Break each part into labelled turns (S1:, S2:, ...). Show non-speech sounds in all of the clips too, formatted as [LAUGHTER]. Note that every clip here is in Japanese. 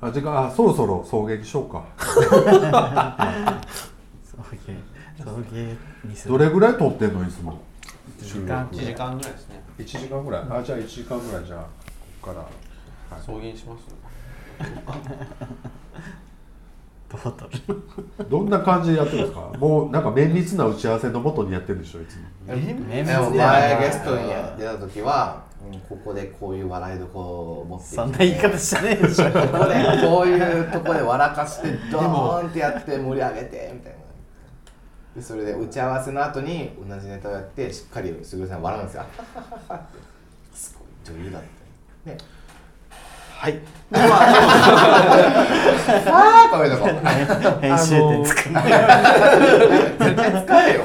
S1: あ時間あそろそろ送迎しようか
S2: 送迎送迎にす
S1: ど
S2: る
S1: れぐらい撮ってんのいつも
S2: 時間
S3: 1時間ぐらいですね
S1: 1時間ぐらいあじゃあ1時間ぐらいじゃあここから
S3: 送迎します
S2: どう取る
S1: どんな感じでやってるんですかもうなんか綿密な打ち合わせのもとにやってるんでしょいつも
S2: 綿密
S4: でも
S2: ではない
S4: 前ゲストに出た時は、うんここでこういう笑いどころを持ってきて
S2: そんな言い方してねえでしょ
S4: ここでこういうとこで笑かしてドーンってやって盛り上げてみたいなでそれで打ち合わせの後に同じネタをやってしっかりすぐるさん笑うんですよすごい女優だってねはいで [LAUGHS] まああーこういうとこ
S2: 編集点作る
S4: 絶対使えよ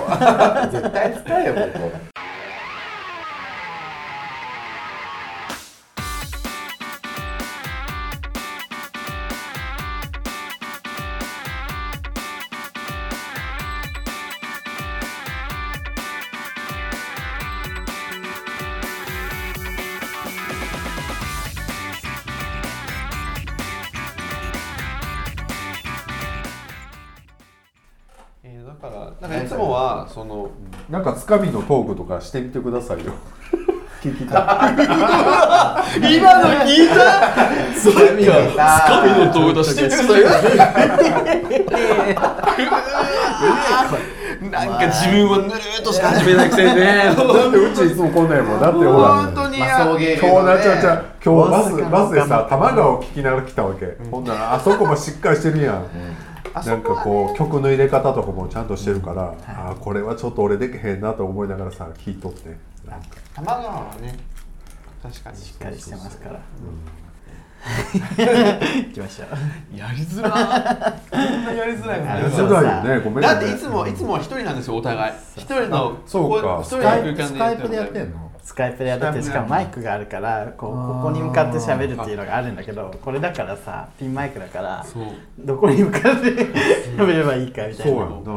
S4: 絶対使えよここ
S3: えーだからなんかいつもはその
S1: なんかつかみのトークとかしてみてください [LAUGHS] よ聞きたい
S3: 今の聞いた
S4: つかみ
S3: の動画してく [LAUGHS] ださいよなんか自分はぬるーっとして始めなくてね
S1: だってうちいつもこんなんやもんだってほら
S3: 本
S1: 今
S3: 当に
S4: まあ、送迎
S1: 日なちゃうちゃう今日バス
S2: 大阪の
S1: バスでさ多摩川を聞きながら来たわけ、ほんならあそこもしっかりしてるやん、なんかこう曲の入れ方とかもちゃんとしてるから、あーこれはちょっと俺できへんなと思いながらさ聞いとってなんか
S3: 玉川はね確かに
S2: しっかりしてますから行きましょう
S3: やりづらいこんなやりづらいもんね
S1: やりづらいよねごめんね
S3: だっていつもいつもは一人なんですよお互い一人の
S1: そう
S3: こ
S1: か
S3: う一
S1: ス
S3: 人の
S1: カ
S3: 空
S1: イプ
S3: 間
S1: スカイプでやって
S3: るんだよ
S1: んの
S2: スカイプでやっててしかもマイクがあるからこうここに向かって喋るっていうのがあるんだけどこれだからさピンマイクだから
S3: そう
S2: どこに向かって喋ればいいかみた
S1: そう
S2: い
S1: や
S2: なん
S1: な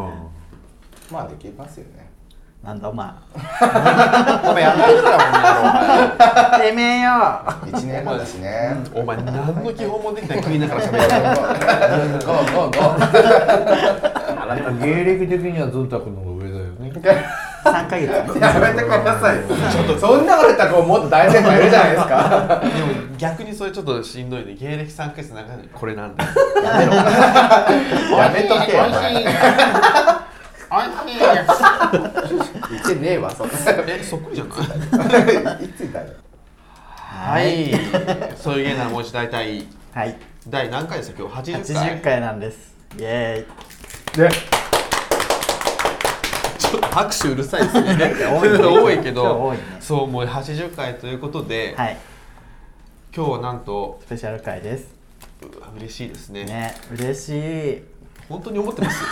S4: まあできますよね
S2: なんだお前
S4: お前やんない人だ
S2: てめえよ
S4: もんね1年後だしね
S3: お前何の基本もできない食いながら喋
S4: ゴーゴーゴー
S5: 芸歴的にはズンタ君の方が上だよね
S2: 3ヶ月ね
S4: やめてくださいちょっとそんなこと言ったらこうもっと大先輩いるじゃないですか
S3: るでも逆にそれちょっとしんどいね芸歴3ヶ月の中でこれなんだよ
S4: やめとけよ言ってねえわそんな
S3: えそっくりじゃない
S4: いついたよ
S3: はいそういう芸ならもう一度大体
S2: はい
S3: 第何回ですか今日80回
S2: 80回なんですイエーイ
S1: で
S3: ちょっと拍手うるさいで
S2: [LAUGHS]
S3: すね多いけ
S2: 今日
S3: ど
S2: 多いね
S3: そうもう80回ということで、
S2: はい
S3: 今日はなんと
S2: スペシャル回です
S3: うわ嬉しいですね
S2: ね嬉しい
S3: 本当に思ってます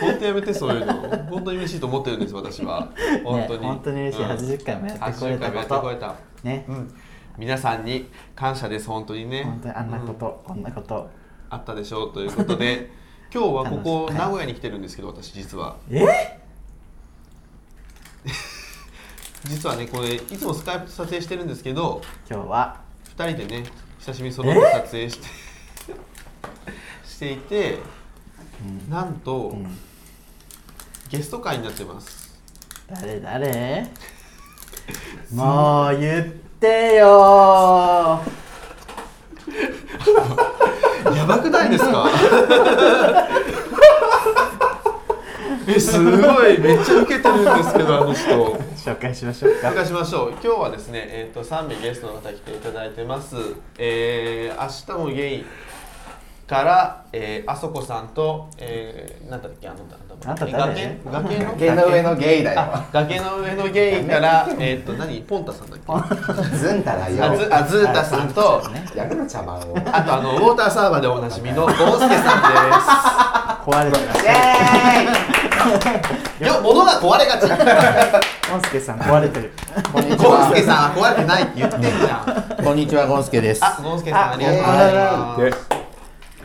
S3: 本当やめてそういうの本当に嬉しいと思ってるんです私は本当に、
S2: ね、本当に嬉しい、
S3: うん
S2: 80回もやってこれた
S3: 80回もや
S2: こ
S3: ってこれ
S2: と
S3: た
S2: ね、
S3: うん皆さんに感謝です本当にね
S2: 本当にあんなこ
S3: う
S2: と、こんなこと
S3: あったでしょうというこ
S2: [LAUGHS]
S3: とで今日はここ
S2: 楽しい
S3: 名古屋に来てるんですけど私実は
S2: え
S3: 実はねこれいつもスカイプで撮影してるんですけど
S2: 今日は
S3: 2人でね親しみ揃って撮影して [LAUGHS] していて、なんと、
S2: ん
S3: ゲスト会になってます
S2: 誰誰もう言ってよー
S3: やばくないですか [LAUGHS] えすごいめっちゃウケてるんですけどあの人
S2: 紹介しましょう
S3: 紹
S2: か
S3: 介しましょう今日はですね、えー、と3名ゲストの方来ていただいてます、えー、明日もゲイから、えー、あそこさんと、えー、なんだっけあの
S2: あんた誰
S3: 崖崖の
S4: 崖の上のゲイだよ
S3: あ崖の上のゲイから、えっと何ポンタさんだっけあ
S4: ずんだら
S3: ず
S4: よ
S3: あずーたさんと
S4: やめろ茶番を
S3: あとあのウォーターサーバーでおなじみ [LAUGHS] のゴンスケさんです
S2: 壊れてます
S3: いや、物が壊れがち。
S2: コンスケさん壊れてる
S4: こんに
S3: [LAUGHS] ゴンスケさんは壊れてないって言ってんじゃん。
S4: こんにちはゴンスケです
S3: あ、ゴンスケさん、ありがとうござい
S1: で
S3: ます。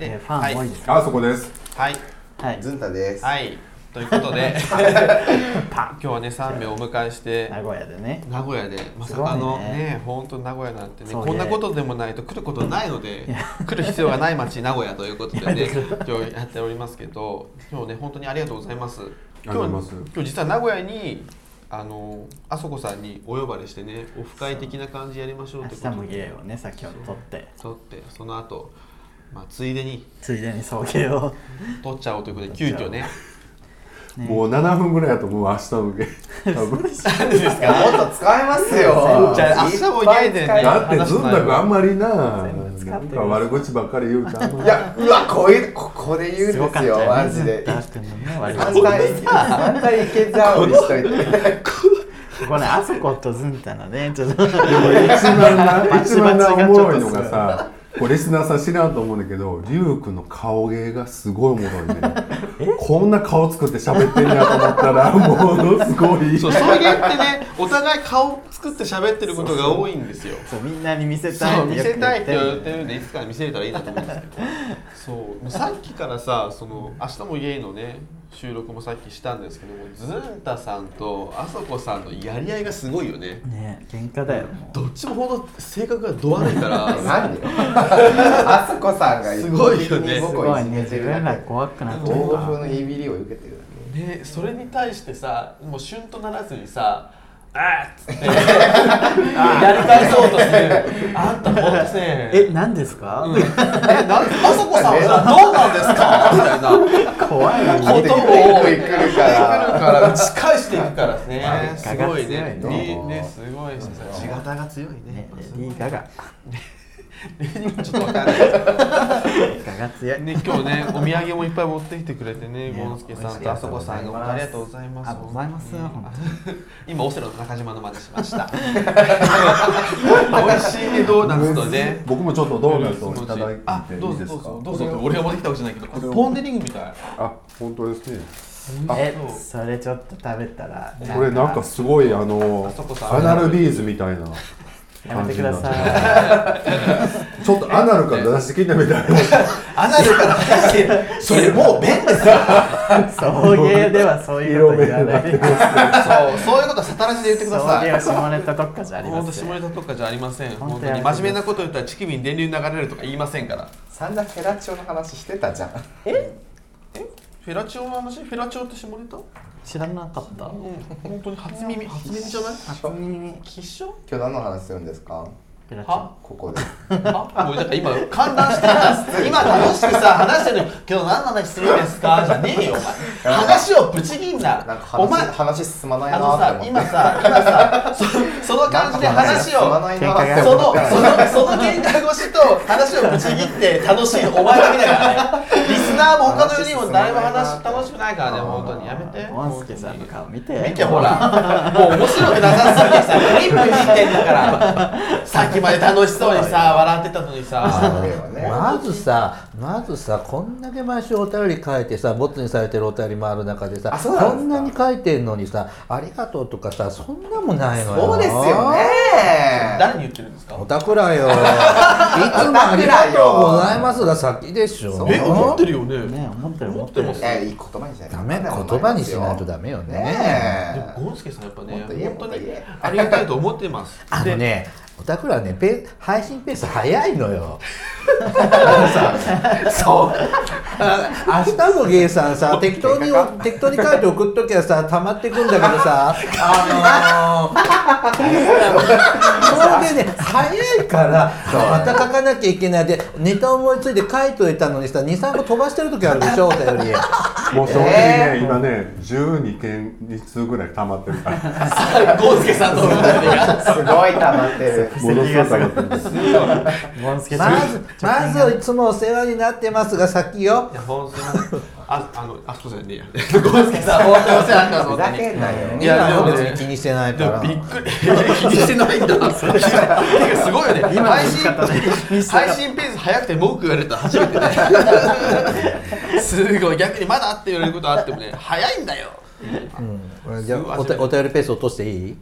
S2: えーファン多いです
S1: あそこです
S3: はい。
S2: はい
S4: ずんたです
S3: はい。はい。ということで [LAUGHS] 今日はね3名お迎えして
S2: 名古屋でね
S3: 名古屋でまさか
S2: すご
S3: の
S2: いね
S3: ね本当名古屋なんてね
S2: そうね
S3: こんなことでもないと来ることないので来る必要がない町名古屋ということで
S2: [LAUGHS]
S3: ね今日やっておりますけど今日ね本当にありがとうございます今
S1: が
S3: 日
S1: とうござい
S3: 今
S1: ます
S3: 日実は名古屋にあのあそこさんにお呼ばれしてねオフ会的な感じやりましょう
S2: 明
S3: ってこ
S2: 日
S3: と
S2: も
S3: で
S2: 芸をね先ほど撮って
S3: 撮ってその後まあついでに
S2: ついでに送迎を
S3: 撮っちゃおうということで急遽ね
S1: もう7分ぐらいだともう明日のゲ [LAUGHS] ーム多分
S4: いやもっと使えますよ
S3: じゃあ明日もゲイでね
S1: だってずんだくあんまりな
S2: 全部使
S1: な
S2: って
S1: ん
S2: る
S1: か悪口ばっかり言うとあんま
S4: いやうわこういうここで言うんですす
S2: ごかった
S4: よ
S2: よ
S4: マ
S2: ね
S4: ジで
S2: ダークのね割と
S4: 三回三回いけちゃうにしといて
S2: これあそことずんたのねちょっ
S1: で
S2: と
S1: も一番な
S2: バ
S1: 一
S2: チバ
S1: 番
S2: チ
S1: な
S2: が
S1: お
S2: ちょ
S1: も
S2: っと
S1: ろいのがさこれリスナーさん知らんと思うんだけどリュウ君の顔芸がすごいおもろいねこんな顔作って喋ってんなと思ったら [LAUGHS] ものすごい
S3: そう送迎ってねお互い顔作って喋ってることが多いんですよ
S2: そうみんなに見せたい
S3: そう
S2: って
S3: 見
S2: よく
S3: せたいって言
S2: 言
S3: っ
S2: っててる
S3: るんでいつか見せれたらいいなと思うんですけどそうもうさっきからさ「その明日もゲイ」のね収録もさっきしたんですけどもずんたさんとあそこさんのやり合いがすごいよね
S2: ね喧嘩だよも
S3: どっちもほんと性格がど悪いから
S2: [LAUGHS]
S4: なんでよあそこさんが
S3: すごいよね
S2: うす
S4: 僕
S2: ご
S4: はいじ
S2: ね
S4: めて
S2: 自
S4: るだ
S2: 分
S4: け
S2: ら怖くなっちゃ
S4: 暴
S2: っ
S4: 風のいびりを受けてるだけ
S3: ねそれに対してさもう旬とならずにさ「あーっ!」
S2: [LAUGHS]
S3: つってやり返そうとするあんたほんとね
S2: たえ何ですか、
S3: えなんあそこさん
S2: [LAUGHS]
S3: はさどうなんですかみたいな
S2: 怖いよ
S3: 言葉を
S4: 来るから
S3: から打ち返していくからね。すごいね。
S2: ガが強い
S3: ねねすごいですね。地形が強いね
S2: ね。レディー・ガガ
S3: ちょっとわかんない。
S2: ガガ強い
S3: ね今日ねお土産もいっぱい持ってきてくれてね、
S2: ね
S3: ゴンスケさんとあそこさんがありがとうございます。
S2: ありがとうございます
S3: ん
S2: 本
S3: 今オセロの中島の真似しました。美味しいねドーナツとね。
S1: 僕もちょっとドーナツをいただい
S3: あ
S1: てい
S3: どう
S1: い
S3: ぞ
S1: です
S3: ど
S1: か
S3: うぞどうぞって俺が持ってきたわけじゃないけ
S1: これ
S3: ど
S1: を
S3: ポンデリングみたい。
S1: あ本当ですね
S2: えそれちょっと食べたら
S1: これなんかすごいあの
S3: そこさ
S1: アナルビーズみたいな
S2: やめてくださ
S1: 感じ
S2: い
S1: になってちょっとアナルから出してきたみたいな
S3: アナルからしてそれもう便利
S2: 送迎ではそういうこと言わない送
S3: そうそういうことはさたらしで言ってください。
S2: 迎は下ネタ特化じゃあり
S3: 本
S2: ま
S3: 当
S2: せ
S3: 下
S2: ん
S3: ネタとかじゃありません本
S2: 本
S3: 当
S2: 当
S3: に
S2: に
S3: 真面目なこと言ったら乳首に電流流れるとか言いませんから
S4: 散々ヘラチオの話してたじゃん
S3: フェラチオの話フェラチオって下ネタうん
S2: 知らなかった
S3: 本当に初耳初耳じゃない
S2: 初耳
S3: 吉祥
S4: 今日何の話するんですか
S2: ペラちゃん
S3: は
S4: ここで
S3: あもうだから今観覧してた今楽しくさ話してるのに今日何の話するんですかじゃねえよお前話をぶち切ん
S4: なん
S3: な
S4: か
S3: お前
S4: 話話進まないな
S3: あの
S4: ー
S3: さ
S4: って思って
S3: 今さ今さそその感じで話
S4: 進
S3: を
S4: まないなーって
S3: そ
S4: 思
S3: のそ
S4: って
S3: のその喧嘩腰と話をぶち切って楽しいのお前だけだからねリスナーも他の4人も誰も話楽しくないからね本当にやめて
S2: ゴンスケさんの顔見て
S3: 見てほらもう面白くなさすぎてさプリプリしてんだからさっきまで楽しそうにさ笑ってたのにさ
S4: 俺はね
S5: まずさ、まずさ、こんだけ毎週お便り書いてさ、ボツにされてるお便りもある中でさ、
S4: あそうなんです
S5: こ
S4: か
S5: んなに書いてんのにさ、ありがとうとかさ、そんなもんないのよ。
S4: そうですよね。
S3: 誰に言ってるんですか
S5: おたく
S4: [LAUGHS]
S5: らよ。いつもありがとうございますが先でしょ。
S3: え思ってるよね
S2: ね思ってる思
S3: 思
S2: っ
S3: ってて
S2: る
S3: ます
S4: えいい言葉にしないと
S5: ダメ、言葉にしないとダメよね。
S3: でも
S4: ね
S3: ゴンスケさんやっぱね
S4: もっと言え
S3: 本当に
S4: もっと言え
S3: ありがたいと思ってます
S5: あのね、おたくらね、ペ配信ペース早い
S3: [LAUGHS]
S5: のよ。そう。あ明日もゲイさんさ、適当に適当に書いて送っときゃさ、溜まってくんだけどさ、あのー、それでね、早いから、また書かなきゃいけないで、ネタ思いついて書いといたのにさ、2、3個飛ばしてる時あるでしょ、お
S3: [LAUGHS]
S5: 便り。
S1: もう正直ね、
S4: え
S1: 今ね12件2通ぐらい溜まってるから [LAUGHS]
S3: ゴンスケさんとの二人が
S4: えすごい溜まって
S1: ものすごい溜まっ
S4: [LAUGHS] る
S1: てる
S2: ゴンスケさん
S5: まず、まずいつもお世話になってますが、先よ
S3: い。や、ほんとにあ、あの、あそこさんねえや。ゴンスケさん、ほんとにお世話になった
S4: ふざけんなよ
S3: いやでもね
S5: 別に気にしてない
S3: で
S5: か
S3: も
S5: ら。
S3: びっくり気にしてないんだすごいよね配信配信ペース早くて文句言われた初めてねすごい逆にまだって言われることあってもね早いんだよ
S5: じゃあおたお便りペース落としていい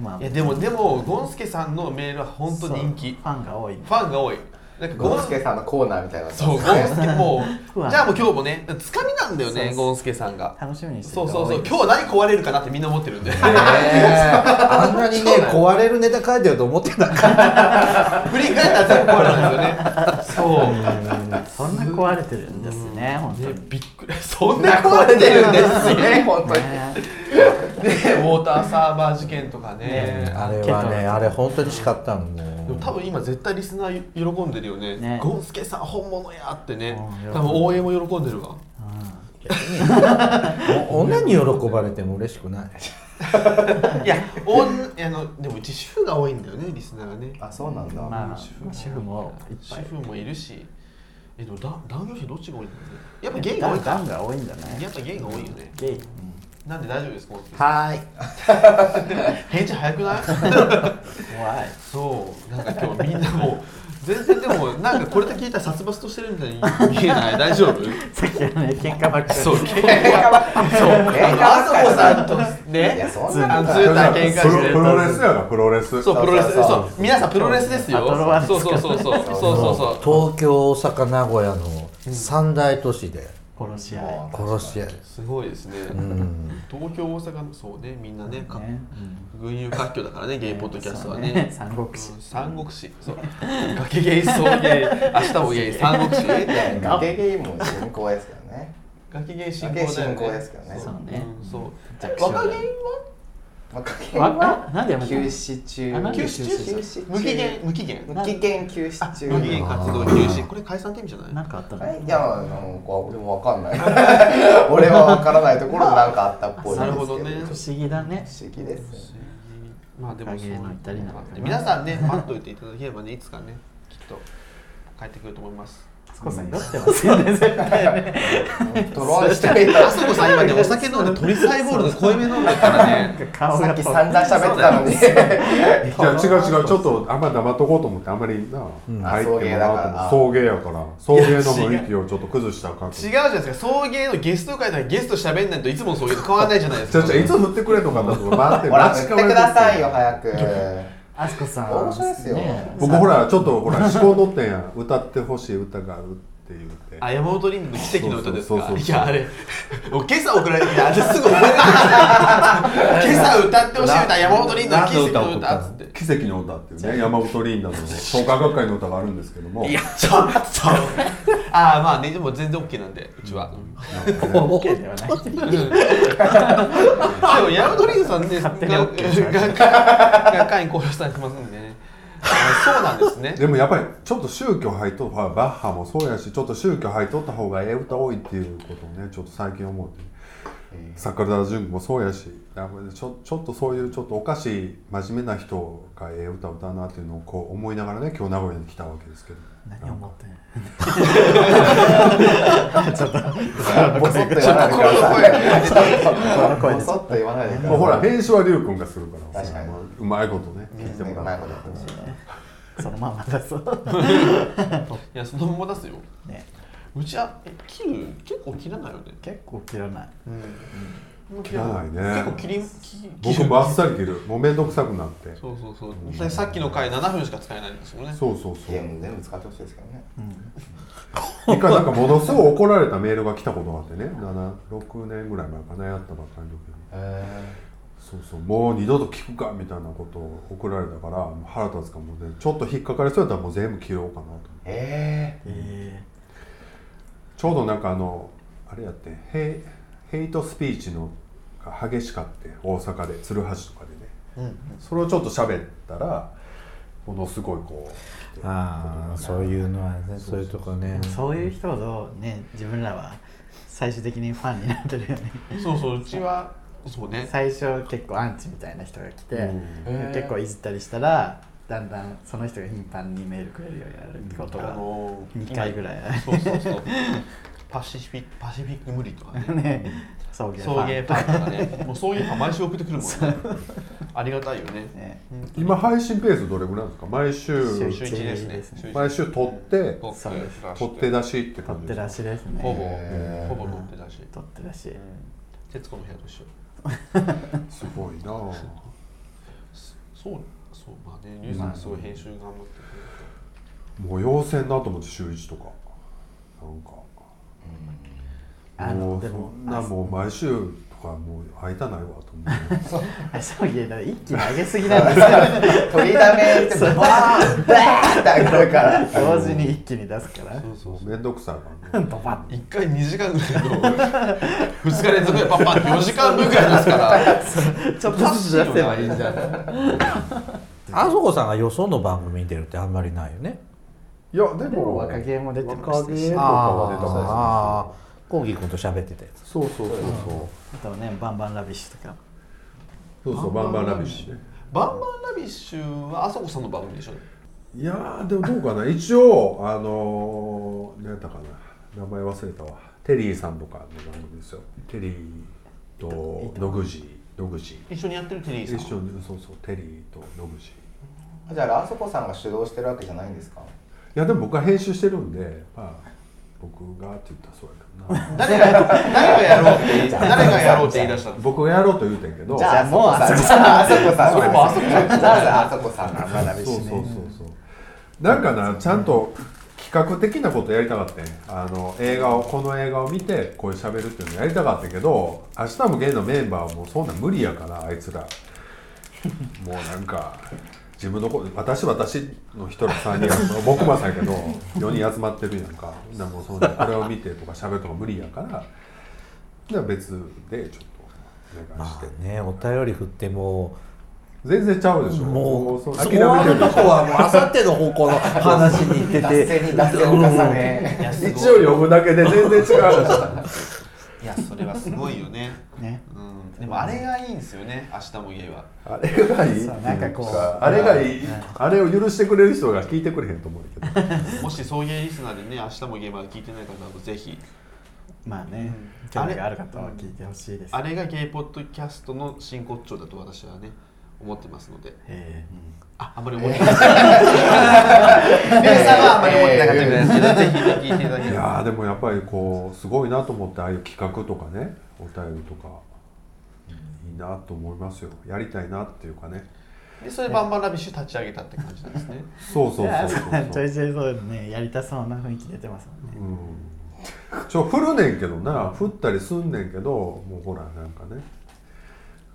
S2: まあ
S3: いやでもでもゴンスケさんのメールは本当人気
S2: そうファンが多い
S3: ファンが多いなんか
S4: ゴ
S3: ゴ
S4: ン
S3: ン
S4: スケさんのコーナーみたいなの
S3: そう、ゴンスケ、も
S2: うわ
S3: う、じゃあもう今日もね、つかみなんだよ
S2: そうで
S3: ね、
S2: す
S3: ゴンスケさんが。
S2: 楽しみにして
S3: そう
S2: る
S3: そう [LAUGHS] そう、今日何壊れるかなってみんな思ってるんで。
S5: あんなにね壊れるネタ書いてると思ってなかっ
S3: 振り返ったら全部壊れるんですよね。
S2: そんな壊れてるんですね本当
S3: そう。ね
S2: に、
S3: びっくり。 [LAUGHS] そんな壊れてるんですね、本当に。ね、
S2: ね
S3: ウォーターサーバー事件とかね。
S5: たあれはねあれ本当に叱ったのね
S3: でも多分今絶対リスナー喜んでるよね
S2: ね
S3: ゴンスケさん本物やってね
S2: うん
S3: 多分応援も喜んでるわ
S5: 女に喜ばれても嬉しくない
S3: いやおんあのでもうち主婦が多いんだよねリスナーがね
S4: あそうなんだ、
S2: まあ主婦もいっぱい
S3: 主婦もいるしえでもだ男女比どっちが多いんだろうねやっぱゲイが
S2: ダ
S3: 多い
S2: ン
S3: か
S2: が多いんだね
S3: やっぱゲイが多いよね
S2: ゲイ
S3: なんで大丈夫ですかゴンスケさん
S5: はーい
S3: 返事早く [LAUGHS] ない
S2: 怖い
S3: そうなんか今日みんなもう全然でもなんかこれだけ聞いたら殺伐としてるみたいに見えない大丈夫
S2: さっきのね喧嘩ばっかり
S3: [LAUGHS] そう喧嘩そう
S4: 喧嘩
S3: あ
S4: ばっかり
S3: さんとね
S4: いやそん
S3: あの
S4: なの
S3: ずーっと喧嘩して
S1: プロレスやなプロレス
S3: そうプロレスそう皆さんプロレスですよ
S2: アトロワです
S3: そ
S2: か
S3: うそうそうそうそうそうそう
S5: 東京大阪名古屋の三大都市で
S2: 殺し合
S5: 殺し合い
S3: すごいですね、東京大阪のそうねみんなねか
S2: いね
S3: 群雄割拠だからねゲイポッドキャストはね
S2: そうね三国志
S3: うん三国志そう崖ゲイそうゲイ明日もゲイ三国志
S4: いや崖ゲイも進行ですからね
S3: 崖ゲイ進行
S4: 崖進行ですから
S3: そう
S4: ね
S2: そうね
S3: うんそう
S2: 弱小
S3: 若ゲイ
S4: 若ゲイ
S2: わ
S4: は
S2: わなんでやめた
S4: 休
S2: の
S4: 止中
S2: あな
S3: は
S2: んで
S3: 休
S2: 休止
S3: 止中
S4: 休止中
S3: 無期限無期限
S4: 無期限休止中
S3: 無期限活動休止これ解散って意味じゃない
S2: なんかあったの
S4: はい、いや、なんか俺もわかんない。俺はわからないところでなんかあったっぽいんですけど。
S3: なるほどね
S2: 不思議だね
S4: 不思議ですね。
S3: まあでもそういうのもあって
S2: 影の至りなんだね
S3: 皆さんね待っといていただければねいつかねきっと帰ってくると思います
S2: つこさん酔ってますよね絶対ね
S4: トロンしてみた
S3: あそこさん今ねお酒飲んで鶏サイボールの濃いめ飲んでるからね
S2: なんか顔
S4: さ
S2: が
S4: っき散々喋ってたのに。
S1: じゃあ違う違うちょっとあんまり黙っとこうと思ってあんまりな、入ってもらおうと
S4: あ
S1: 思って送迎やから送迎の雰囲気をちょっと崩したらあかんと
S3: 違うじゃないですか送迎のゲスト会とかゲスト喋んないといつもの送迎と変わらないじゃないです
S1: じゃ
S3: か
S1: あじゃあいつ振ってくれとかだと待って
S4: ほら、
S1: 待ち
S4: 振っ
S1: 構
S4: て
S1: え
S4: く
S1: て
S4: ださいよ、早く。
S2: あすこさん
S4: 面白いですよ
S2: ね
S1: 僕ほらちょっとほら思考取ってんやん歌ってほしい歌があるって言って
S3: あ山本リンの奇跡の歌です
S1: そうそう
S3: か
S1: そうそう
S3: いやあれ僕今朝送られてきてあれすぐ覚えてた今朝歌ってほしい歌山本リンの奇跡の歌っつって
S1: 奇跡の歌っていうね山本リンダの創価学会の歌があるんですけども
S3: いやちょちょああまあねでも全然 OK なんでうちは、
S2: オッケーではない
S3: でもヤマドリーズさんね、
S2: 勝手に OK です
S3: 学学会員公表されてますんでね。あそうなんですね。
S1: でもやっぱりちょっと宗教入っとバッハもそうやしちょっと宗教入っとった方がええ歌多いっていうことをねちょっと最近思うて桜田淳子もそうやしやっぱりちょちょっとそういうちょっとおかしい真面目な人がええ歌歌うなっていうのをこう思いながらね今日名古屋に来たわけですけど
S2: 何思ってんの
S4: ボソッと言わないでください。ボソッと言わないでく
S1: も
S4: ださ
S1: う
S4: い。
S1: ほら編集は龍君がするから
S4: 確かに
S1: もううまいことね言っても
S4: う
S1: ら
S4: ま
S1: っ
S4: い
S1: て
S4: ことやってほしいね
S2: そのままだそう
S3: いや、そのまま出すよ。
S2: ね
S3: うちは、え、切る結構切らないよね。
S2: 結構切らない
S1: 切らないね
S3: 結構切り、切
S1: 僕もあっさり切るもう面倒くさくなって
S3: そうそうそう。でさっきの回7分しか使えないんですよね。
S1: そうそうそ
S4: ゲー
S1: う
S4: ム全部使ってほしいですけどね。
S1: 一回なんかものすごい怒られたメールが来たことがあってね76年ぐらい前かなやったばっかりの時にそうそうもう二度と聞くかみたいなことを送られたからもう腹立つかもねちょっと引っかかりそうやったらもう全部切ろうかなと
S4: え
S2: え
S1: ちょうどなんかあのあれやってヘイヘイトスピーチのが激しかって大阪で鶴橋とかでね、それをちょっと喋ったらものすごいこう
S5: ああそういうのはねそういうとこね
S2: ーそういう人ほどね自分らは最終的にファンになってるよね
S3: そうそう、うちは、そうね。
S2: 最初結構アンチみたいな人が来て、
S4: うん
S2: 結構いじったりしたらだんだんその人が頻繁にメールくれるようになること
S3: あ
S2: が
S3: のー
S2: 2回ぐらいあ
S3: そうそうそう。パシフィック、パシフィック無理とかね。
S2: るね送迎フ
S3: 送
S2: ァ
S3: 迎
S2: ン
S3: パンとかね。もうそういうの毎週送ってくるもんね。ありがたいよね。
S2: ね
S1: 今配信ペースどれぐらいなんですか毎
S2: 週
S1: 週
S3: 週一ですね。
S2: 週一
S1: 毎週撮って
S2: そうです
S1: 取って出しって
S2: 取
S1: 感
S2: っ
S1: じで
S2: て
S1: す
S2: ら
S1: か
S2: しですね
S3: ほぼ、
S4: へー
S3: ほぼ取って出し。
S2: 取ってらしい
S3: 徹子の部屋と一緒。
S1: すごいなぁ
S3: そう、そう、まあね、リュウさんすごい編集頑張ってくれて。
S1: もう陽性だと思って週一とかなんか
S2: あ
S1: も
S2: の
S1: う
S2: で
S1: そ
S2: も
S1: んなもう毎週とかもう会いたないわと思って
S2: あそういやだから一気に上げすぎなんですよ
S4: 取りだめ [LAUGHS] ってバーンバーンって上げるから
S2: 同時に一気に出すから
S1: そう面倒くさいから、ね、
S2: ドバ
S3: 一回2時間ぐらいの2日連続でパンパン4時間分ぐらいです [LAUGHS] から
S2: ッちょっとずつ出せばいいじゃん
S5: あそこさんがよその番組に出るってあんまりないよね
S1: いやでも
S2: 若芸も出てま
S1: 若
S2: した
S1: 芸
S2: し
S1: とかは出たか
S5: ああコーギー君と喋ってたやつ
S1: そうそうそうそう
S2: あとねバンバンラビッシュとか
S1: そうそうバンバンラビッシュね
S3: バンバンラビッシュはあそこさんの番組でしょ
S1: いやーでもどうかな一応あのー、何やったかな名前忘れたわテリーさんとかの番組ですよテリーと野口野口
S3: 一緒にやってるテリー
S1: 一
S3: さん
S1: 緒にそうそうテリーと野口い
S4: じゃああそこさんが主導してるわけじゃないんですか
S1: やでも僕は編集してるんでまあ僕がって言ったらそうやけどな
S3: 誰が誰がやろうって [LAUGHS] 言い誰がやろうって言い出したの
S1: 僕がやろうと言うてんけど
S2: じゃあもう
S4: あ
S2: あ
S4: そ
S2: そ
S4: こ
S2: こ
S4: さんあそこさん
S3: それもあそこさん
S4: じゃああそこさんが学び
S1: そうそ
S4: し
S1: う
S4: ね
S1: そうそうなんかなちゃんと企画的なことやりたかったんやあの映画をこの映画を見てこういう喋るっていうのやりたかったけど明日も芸のメンバーはもうそんなん無理やからあいつらもうなんか自分のこ私私の人ら3人は僕もさんやけど4人集まってるやんかみんなもうそんなこれを見てとか喋るとか無理やからじゃあ別でちょっとお願いし
S5: ま
S1: て、
S5: あねお便り振っても
S1: 全然ちゃうでしょ
S5: もう
S1: そ
S5: そうう
S1: 諦
S5: 終
S1: めて
S5: わる
S1: る
S5: とこはもうあさっての方向の話に行って
S4: 脱
S5: て
S4: 線に脱線を重ね
S1: 一応読むだけで全然違うでしょ
S3: [LAUGHS] いやそれはすごいよ [LAUGHS] ね
S2: ね
S3: うんでもあれがいいんですよね明日も家は
S1: あれがいいっていう
S2: そう
S1: か
S2: なんかこう
S1: あれがいい、あれを許してくれる人が聞いてくれへんと思うけど
S3: もし送迎リスナーでね明日も家は聞いてない方はぜひ
S2: まあね興味がある方は聞いてほしいです
S3: あれがゲイポッドキャストの真骨頂だと私はね思ってますので
S2: え
S3: ああんまり思ってない [LAUGHS] 皆さんはあんまり思ってなかったみたいですけどぜひね聞いていただけ
S1: い
S3: れば
S1: やーでもやっぱりこうすごいなと思ってああいう企画とかねお便りとかいいなと思いますよやりたいなっていうかね
S3: でそれバンバンラビッシュ立ち上げたって感じなんですね
S1: そうそう
S2: え
S1: そうそう
S2: ち
S1: そ
S2: ょ
S1: う
S2: いちょいそうねやりたそうな雰囲気出てますもんね
S1: うんちょ降るねんけどな降ったりすんねんけどもうほらなんかね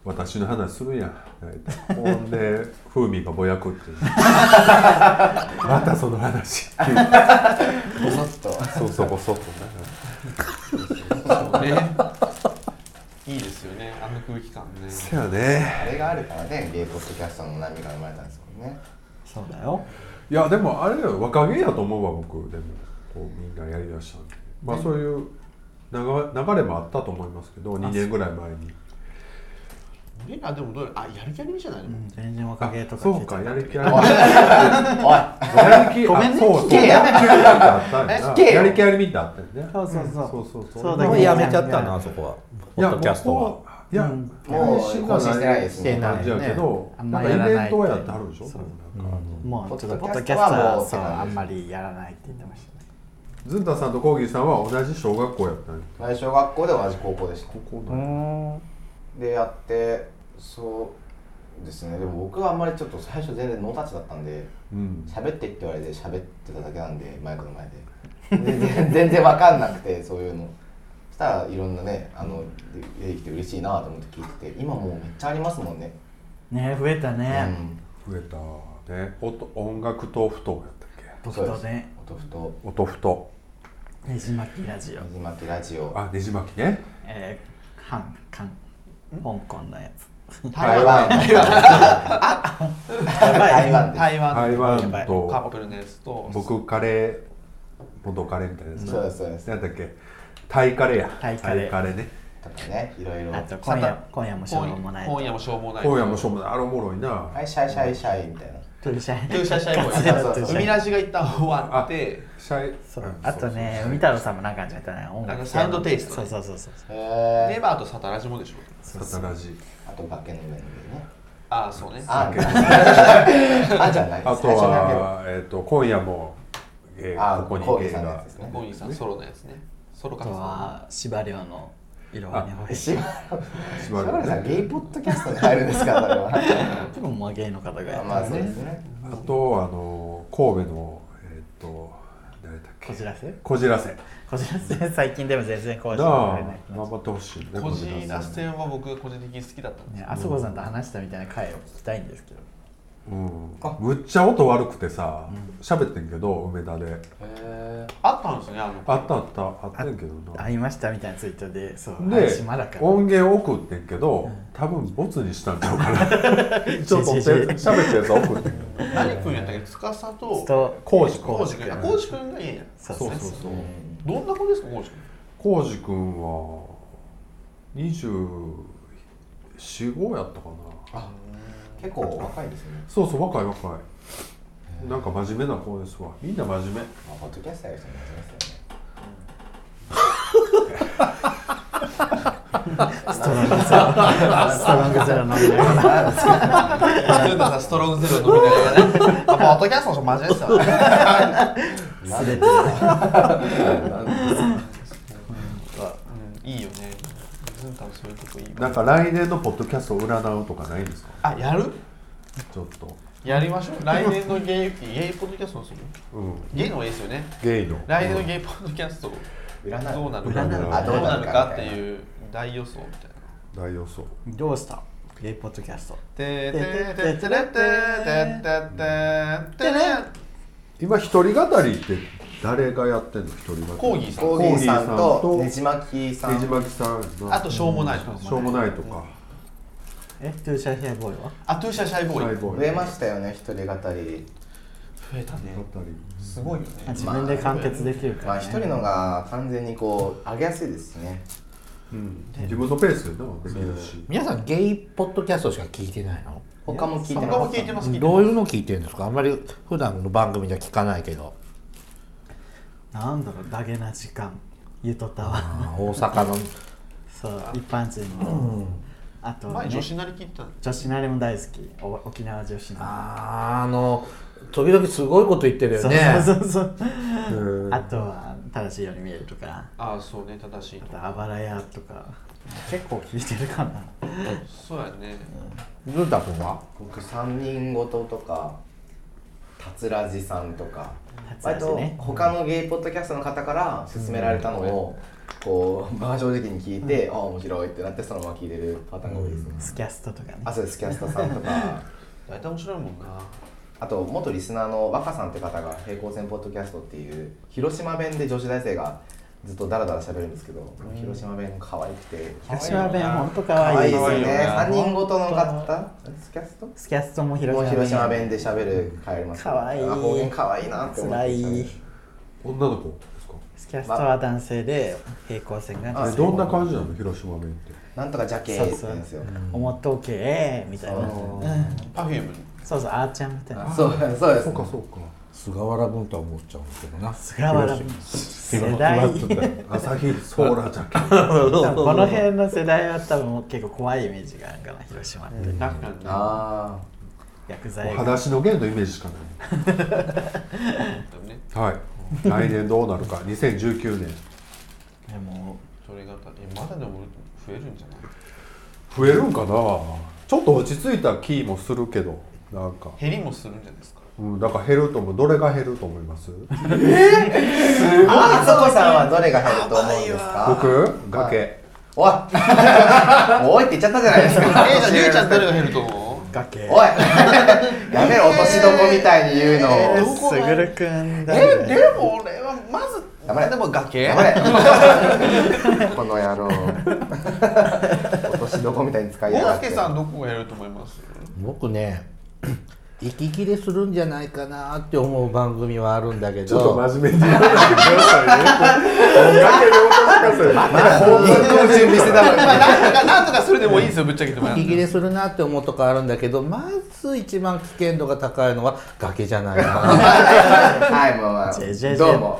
S1: 私の話するやん大体ほんで風味がぼやくっていう
S2: [LAUGHS]
S1: またその話っていう
S4: ボソッと
S1: そうそうボソッとね
S3: そうねいいですよねあの空気感ね
S1: そうやね
S4: あれがあるからねゲイポッドキャストの波が生まれたんですもんね
S2: そうだよ
S1: いやでもあれよ若気やと思うわ僕でもこうみんなやりだしたんでまあそういう流流れもあったと思いますけど2年ぐらい前に
S3: 俺らでもどうやあやる気ありみじゃないの、
S2: うん全然若芸とか
S1: そうかやる気ありやる気
S2: ごめん
S1: あ
S2: ね
S1: そうそう
S2: 聞けよ
S1: やる気ありみたいなあったんや
S4: 聞け
S1: な
S4: よ
S1: やる気ありみたいなあったんやね
S2: そうそうそう
S1: そうそうそう
S2: そうだ
S5: も
S2: け
S5: う
S2: ど
S5: やめちゃったなあそこはポ
S1: いや
S5: ッドキャストは
S1: もういや
S2: うん
S4: もう更新してないですね
S2: してない
S1: 感じやけど
S2: あん
S1: な
S2: ま
S1: ん
S2: やら
S1: か
S2: ない
S1: イベントはやってはるでしょ
S2: そう
S1: なんか
S2: もうちょっとポ
S4: ポッ
S2: ッ
S4: ド
S2: ド
S4: キ
S2: キ
S4: ャ
S2: ャス
S4: スト
S2: ト
S4: はもう
S2: はそうあんまりやらないって言ってましたね
S1: ずんたさんとコーギーさんは同じ小学校やったんや
S4: 前小学校で同じ高校でした
S1: ここ
S2: う
S1: の
S2: ーん
S4: でやってそうですねでも僕はあんまりちょっと最初全然ノータッチだったんで
S1: うん
S4: 喋ってって言われて喋ってただけなんでマイクの前でで全 [LAUGHS] 全然わかんなくてそういうのそしたらいろんなねあの出てきて嬉しいなと思って聞いてて今もうめっちゃありますもんね、
S2: ね増えたね
S1: 増えたね音音楽と不当やったっけ
S4: うん、
S2: 僕
S4: そう
S2: と
S4: です
S2: ね
S4: 音ふと
S1: 音不当
S2: ねじ巻きラジオ
S4: 水巻きラジオ
S1: あねじ巻きね
S2: えー、韓韓香港のやつ
S4: 台湾台湾です
S3: 台湾
S1: 台
S2: やば
S1: 湾
S2: い
S1: と
S3: カップルのやつと
S1: 僕カレー元カレーみたいなやつ
S4: [LAUGHS] そうですそうです
S1: なんだっけタイカレーや
S2: タイカレー
S1: ね
S4: とかねいろいろ
S2: あと今夜今夜もしょうもない
S3: 今夜もしょうもない
S1: 今夜もしょうもないあれおもろいな
S4: はいシャイシャイシャイみたいな
S2: トゥルシャイ
S3: トゥーシャイシャイボーイ
S2: [LAUGHS] ガチのトゥルシャイ
S3: 海ラジが一旦終わって
S1: シャイ
S2: そう
S1: うん
S2: あとね
S1: そうそう
S2: 海太郎さんもなんか始めたね音
S3: あの
S2: 楽
S3: サウンドテイスト
S2: そ
S3: ね
S2: うそうそうそう
S4: へ
S3: ネ
S4: え
S3: バーとサタラジもでしょ
S1: そうサタラジ
S4: あと崖の上の上ね
S3: ああそうね
S4: あ [LAUGHS] あじゃない
S1: あとはえっと今夜もえ
S4: あ
S1: ーここに行け
S4: コーギーさんのや
S1: が
S4: つですね
S3: ゴニーさんソロのやつねソ
S2: あ
S3: ロ活
S2: と
S3: 動
S2: は司馬遼の色はね美味しい
S4: しば
S1: 縛る
S4: らくさんゲイポッドキャストに入るんですかそれは
S2: でもまあ芸の方がやって
S4: まあ
S2: ます
S4: そうで
S2: ね
S4: すね
S1: あとあの神戸のえっと誰だっけ
S2: こじらせ
S1: こじらせ
S2: こじらせ最近でも全然こうして
S1: な
S2: もら
S1: あ
S2: えない
S1: 頑張ってほしいね
S3: こじら
S1: せ
S3: せは僕個人的に好きだったんです
S2: ねあそこさんと話したみたいな回を聞きたいんですけど
S1: うんむっちゃ音悪くてさ喋ってんけど梅田で
S4: え
S3: あったんですねあの
S1: あったあったあったんやけどな
S2: 会いましたみたいなツイートでそう
S1: で
S2: 話まだから
S1: 音源送ってんけど多分ボツにしたんちゃうかなちょっと撮ったやつ喋ったやつは送ってんけど
S3: 何君やったっけ司と
S2: と
S1: 浩二
S3: 浩
S1: 君
S3: 二君あ浩二君がいいね
S2: そう
S1: そう
S2: で
S1: そう
S2: すね
S1: そう
S3: どんな子ですか浩二君
S1: 浩二君は245やったかな
S4: 結構若いですね
S1: そうそう若い若いなんか真面目な子ですわみんな真面目
S4: まあポッドキャスターの人もいますよね
S2: ストロングゼロストロングゼロ飲んでる
S3: [LAUGHS] さストロングゼロ飲みな [LAUGHS] がらねポッドキャストの人マジですよね
S2: すべて
S3: いいよねずんたんそういうとこいい
S1: なんか来年のポッドキャストを占うとかないんですか
S3: あやる
S1: ちょっと
S3: やりましょう来年のゲイゲイポッドキャストにする
S1: うん
S3: ゲイの方がいいですよね
S1: ゲイの
S3: 来年のゲイポッドキャスト
S4: 占い
S3: どうなるか
S1: 占う
S3: あどうなるかっていう大予想みたいな
S1: 大予想
S2: [LAUGHS] どうしたゲイポッドキャスト
S3: ててててててててて
S1: 今一人語りって誰がやってんの一人語り
S3: コーギーさん
S4: コーギーさんと
S1: コー
S4: ね
S1: ギー
S4: じまきさ
S1: さんとねじ
S4: ん
S1: まきさんやな
S3: あとしょうもない人
S1: しょうもないとか
S2: えトゥーシャーヘアボーイは
S3: あトゥーシャシャイボ
S1: ハ
S3: ー
S1: イ
S3: イ増
S1: ボーイ
S4: 増えましたよね一人語り
S3: えたね
S1: 語り
S3: すごいよね
S2: あ自分で完結できるか
S4: まあ
S2: ら
S4: 一
S2: ね
S4: 人のが完全にこう上げやすいですね
S1: うん自分のペースでなできるし
S5: 皆さんゲイポッドキャストしか聞いてないの
S4: 他も聞いてます
S3: 他も聞いてます聞いて
S5: どういうの聞いてるんですかあんまり普段の番組では聞かないけど
S2: なんだろうダゲな時間ゆとたわ
S5: あ大阪の
S2: そう一般人のあと
S3: 前
S2: ね
S3: 女子なりきった
S2: 女子なりも大好きお沖縄女子な
S5: あーあの時々すごいこと言ってる
S2: り
S5: よ
S2: そう
S5: ね
S2: そうそうそう
S1: うん
S2: あとは正しいように見えるとか
S3: ああそうね正しい
S2: あとあばらやとか結構聞いてるかな
S3: そうやね
S5: ずんたくんは
S4: 僕三人ごととかたつらじさんとか
S2: たつら
S4: 割
S2: じ
S4: と
S2: ね
S4: 他のゲイポッドキャストの方から勧められたのをこうバージョン的に聞いて、ああ面白いってなってそのまま聞いてるパターンが多いですね、
S2: スキャストとかね
S4: あそうですキャスターさんとか
S3: 大体面白いもんな
S4: あと元リスナーの若さんって方が平行線ポッドキャストっていう広島弁で女子大生がずっとダラダラ喋るんですけど、広島弁可愛くて
S2: 広島弁ほんとか
S4: 可
S2: わ
S4: 愛
S2: い
S4: い
S2: い
S4: ですよ
S3: 可愛い
S4: ね
S3: よな
S4: 三人ごとの方スキャスト
S2: スキャストも広
S4: もう
S2: 島
S4: 広島弁で喋る帰ります
S2: かわいい
S4: あ方言かわいいなって思
S2: つ
S4: っ
S2: ら
S4: て
S2: い
S1: 女の子ですか
S2: スキャストは男性で平行線が女
S1: え
S2: 性
S1: どんな感じなの広島弁って
S4: なんとかじゃけーって言うんですよ
S2: 思っとけみたいな
S1: そう
S2: うん
S3: パフューム
S2: そうそうあーちゃんみたいな
S4: そうそうです
S1: そうかそうか
S5: 菅原文太思っちゃうんですけどな
S2: 菅原世代
S1: 朝日ソーラーじゃけ
S2: 多分 [LAUGHS] この辺の世代は多分結構怖いイメージがあるから広島って
S3: 確かにな
S4: あ
S2: 薬
S1: もう
S2: 剤が
S1: 裸足の弦のイメージしかない
S3: ね
S1: はい、来年どうなるか、2019年、
S2: でも
S3: それがえまだでも増えるんじゃない
S1: 増えるんかな、ちょっと落ち着いた気もするけど、なんか、
S3: 減りもするんじゃないですか
S1: うん、だから減ると思う、どれが減ると思います
S4: ーああそこさんはどれが入ると思うんですか
S1: 僕、崖、
S4: おいおいって言っちゃったじゃないです
S3: え
S4: か
S3: ー、じゃあゆうちゃん誰が減ると思う
S2: 崖
S4: おいやめろ落としどこみたいに言うの
S2: え
S4: を
S2: すぐるくんだ
S3: え
S2: ね
S3: でも俺はまず
S4: 黙れ
S3: でも崖
S4: やめろこの野郎落としどこみたいに使いや
S3: 大
S4: がって
S3: 輔さんどこが減ると思います
S5: 僕ね [CLEARS THROAT] 息切れするんじゃないかなって思う番組はあるんだけど
S1: ちょっと真面目に言わないでくださいね、崖で落としかせる、
S4: 本当の準備してたのに
S3: まあなんとかなんとかそれでもいいですよぶっちゃけてもらって
S5: 息切れするなって思うとこあるんだけどまず一番危険度が高いのは崖じゃないかな
S4: はいもう、まあ、
S2: ジェジェジェ
S4: どうも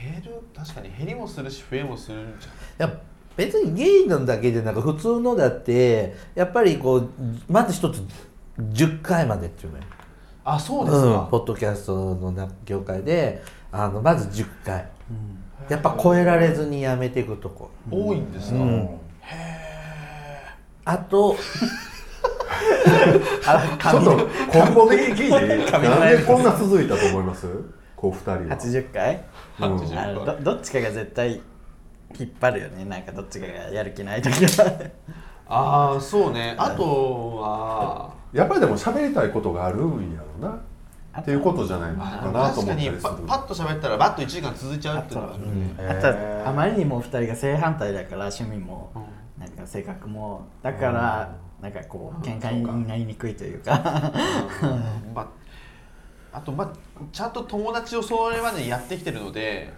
S3: 減る確かに減りもするし増えもするんじゃない
S5: やっぱ別にゲイのだけじゃなく普通のだってやっぱりこうまず一つ10回までっていうのよ、
S3: あそう
S5: うん、
S3: ですか、
S5: ポッドキャストのな業界であのまず10回、やっぱ超えられずにやめていくとこ
S3: 多いんですか、
S5: あと
S1: ちょっと根本的に聞いていいなんでこんな続いたと思いますこう二人は、
S2: 80回
S1: うん
S3: 80
S2: あのどどっちかが絶対引っ張るよねなんかどっちかがやる気ない時は
S3: ああそうねあとは
S1: やっぱりでも喋りたいことがあるんやろうなっていうことじゃないの
S3: あ
S1: か
S3: の
S1: なと思
S3: 確か
S1: ったり
S3: に
S1: する
S3: パパッと喋ったらバッと1時間続いちゃうっていうのがあるよね
S2: あとはあまりにもお二人が正反対だから趣味もなんか性格もだからなんかこう喧嘩になりにくいというか
S3: うんまあ、あと、まあ、ちゃんと友達をそれまでやってきてるので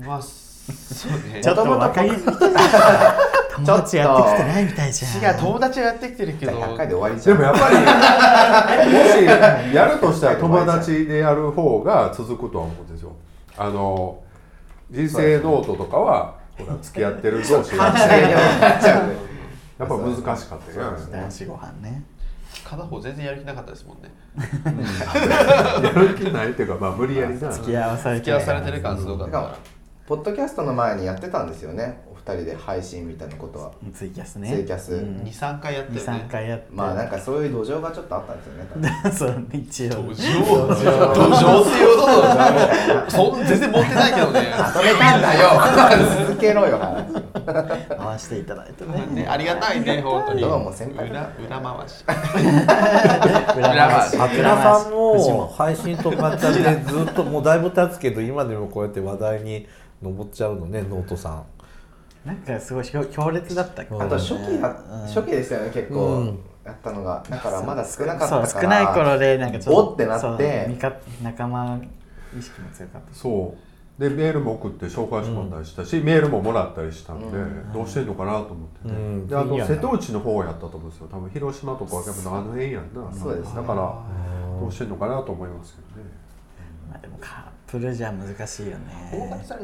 S3: まあそう [LAUGHS]
S2: [LAUGHS]
S3: ね
S2: ちょっと若い人だから友達やってきてないみたいじ
S3: 違
S2: ゃ
S3: うん友達はやってきてるけど
S4: 100回で [LAUGHS] 終わりじ
S1: で
S4: ゃん
S1: もやっぱりもしやるとしたら友達でやる方が続くとは思うんですよあの人生ノートとかはほら付き合ってる同士がやっぱ難しかったよね
S2: 男子ご飯ね
S3: 片方全然やる気なかったですもんね
S1: [LAUGHS] やる気ないっていうかまあ無理やりな
S2: 付き合わされ
S3: 付
S2: て
S3: き合わされてる感すごか
S4: だ
S3: った
S4: か
S3: から
S4: ポッドキャストの前にやってたんですよねお二人で配信みたいなことは
S2: ツイキャスね
S4: ツイキャス、
S3: ら23回やったよ
S2: 23
S3: ね
S2: 回やって
S4: まあなんかそういう土壌がちょっとあったんですよね多
S2: [LAUGHS]
S4: 分
S2: そう一応
S3: 土壌土壌っていうことだなそん全然持ってないけどね
S4: 止めたんだよ続けろよ話
S2: 合わせていただいてね
S3: ねありがたいね本当に
S4: どうも先輩
S3: 裏裏回
S4: [LAUGHS]
S3: し
S2: 裏回し
S3: 裏
S2: 裏
S5: あきら
S2: 回し
S5: さんも配信とかってずっともうだいぶ経つけど今でもこうやって話題に上っちゃうのねノートさん
S2: なんかすごい強強烈だったけど
S4: あと初期だ、初期でしたよね結構、
S5: うん
S4: やったのがだからまだ少なかった
S2: そ
S4: から
S2: う少ない頃でなんかちょっと
S4: おってなっ
S2: そう味
S4: て
S2: 方仲間意識も強かったし
S1: そうでメールも送って紹介してもらったりしたし、メールももらったりしたんで、どうしてんのかなと思ってね、
S5: うん
S1: であ
S5: いい
S1: の
S5: や
S1: 瀬戸内の方やったと思うんですよ多分広島とかはやっぱあの辺やんな
S4: そうです
S1: だ
S4: ね
S1: からどうしてんのかなと思いますけどね
S2: まあでもカップルじゃ難しいよ
S3: 大金
S2: ね
S3: され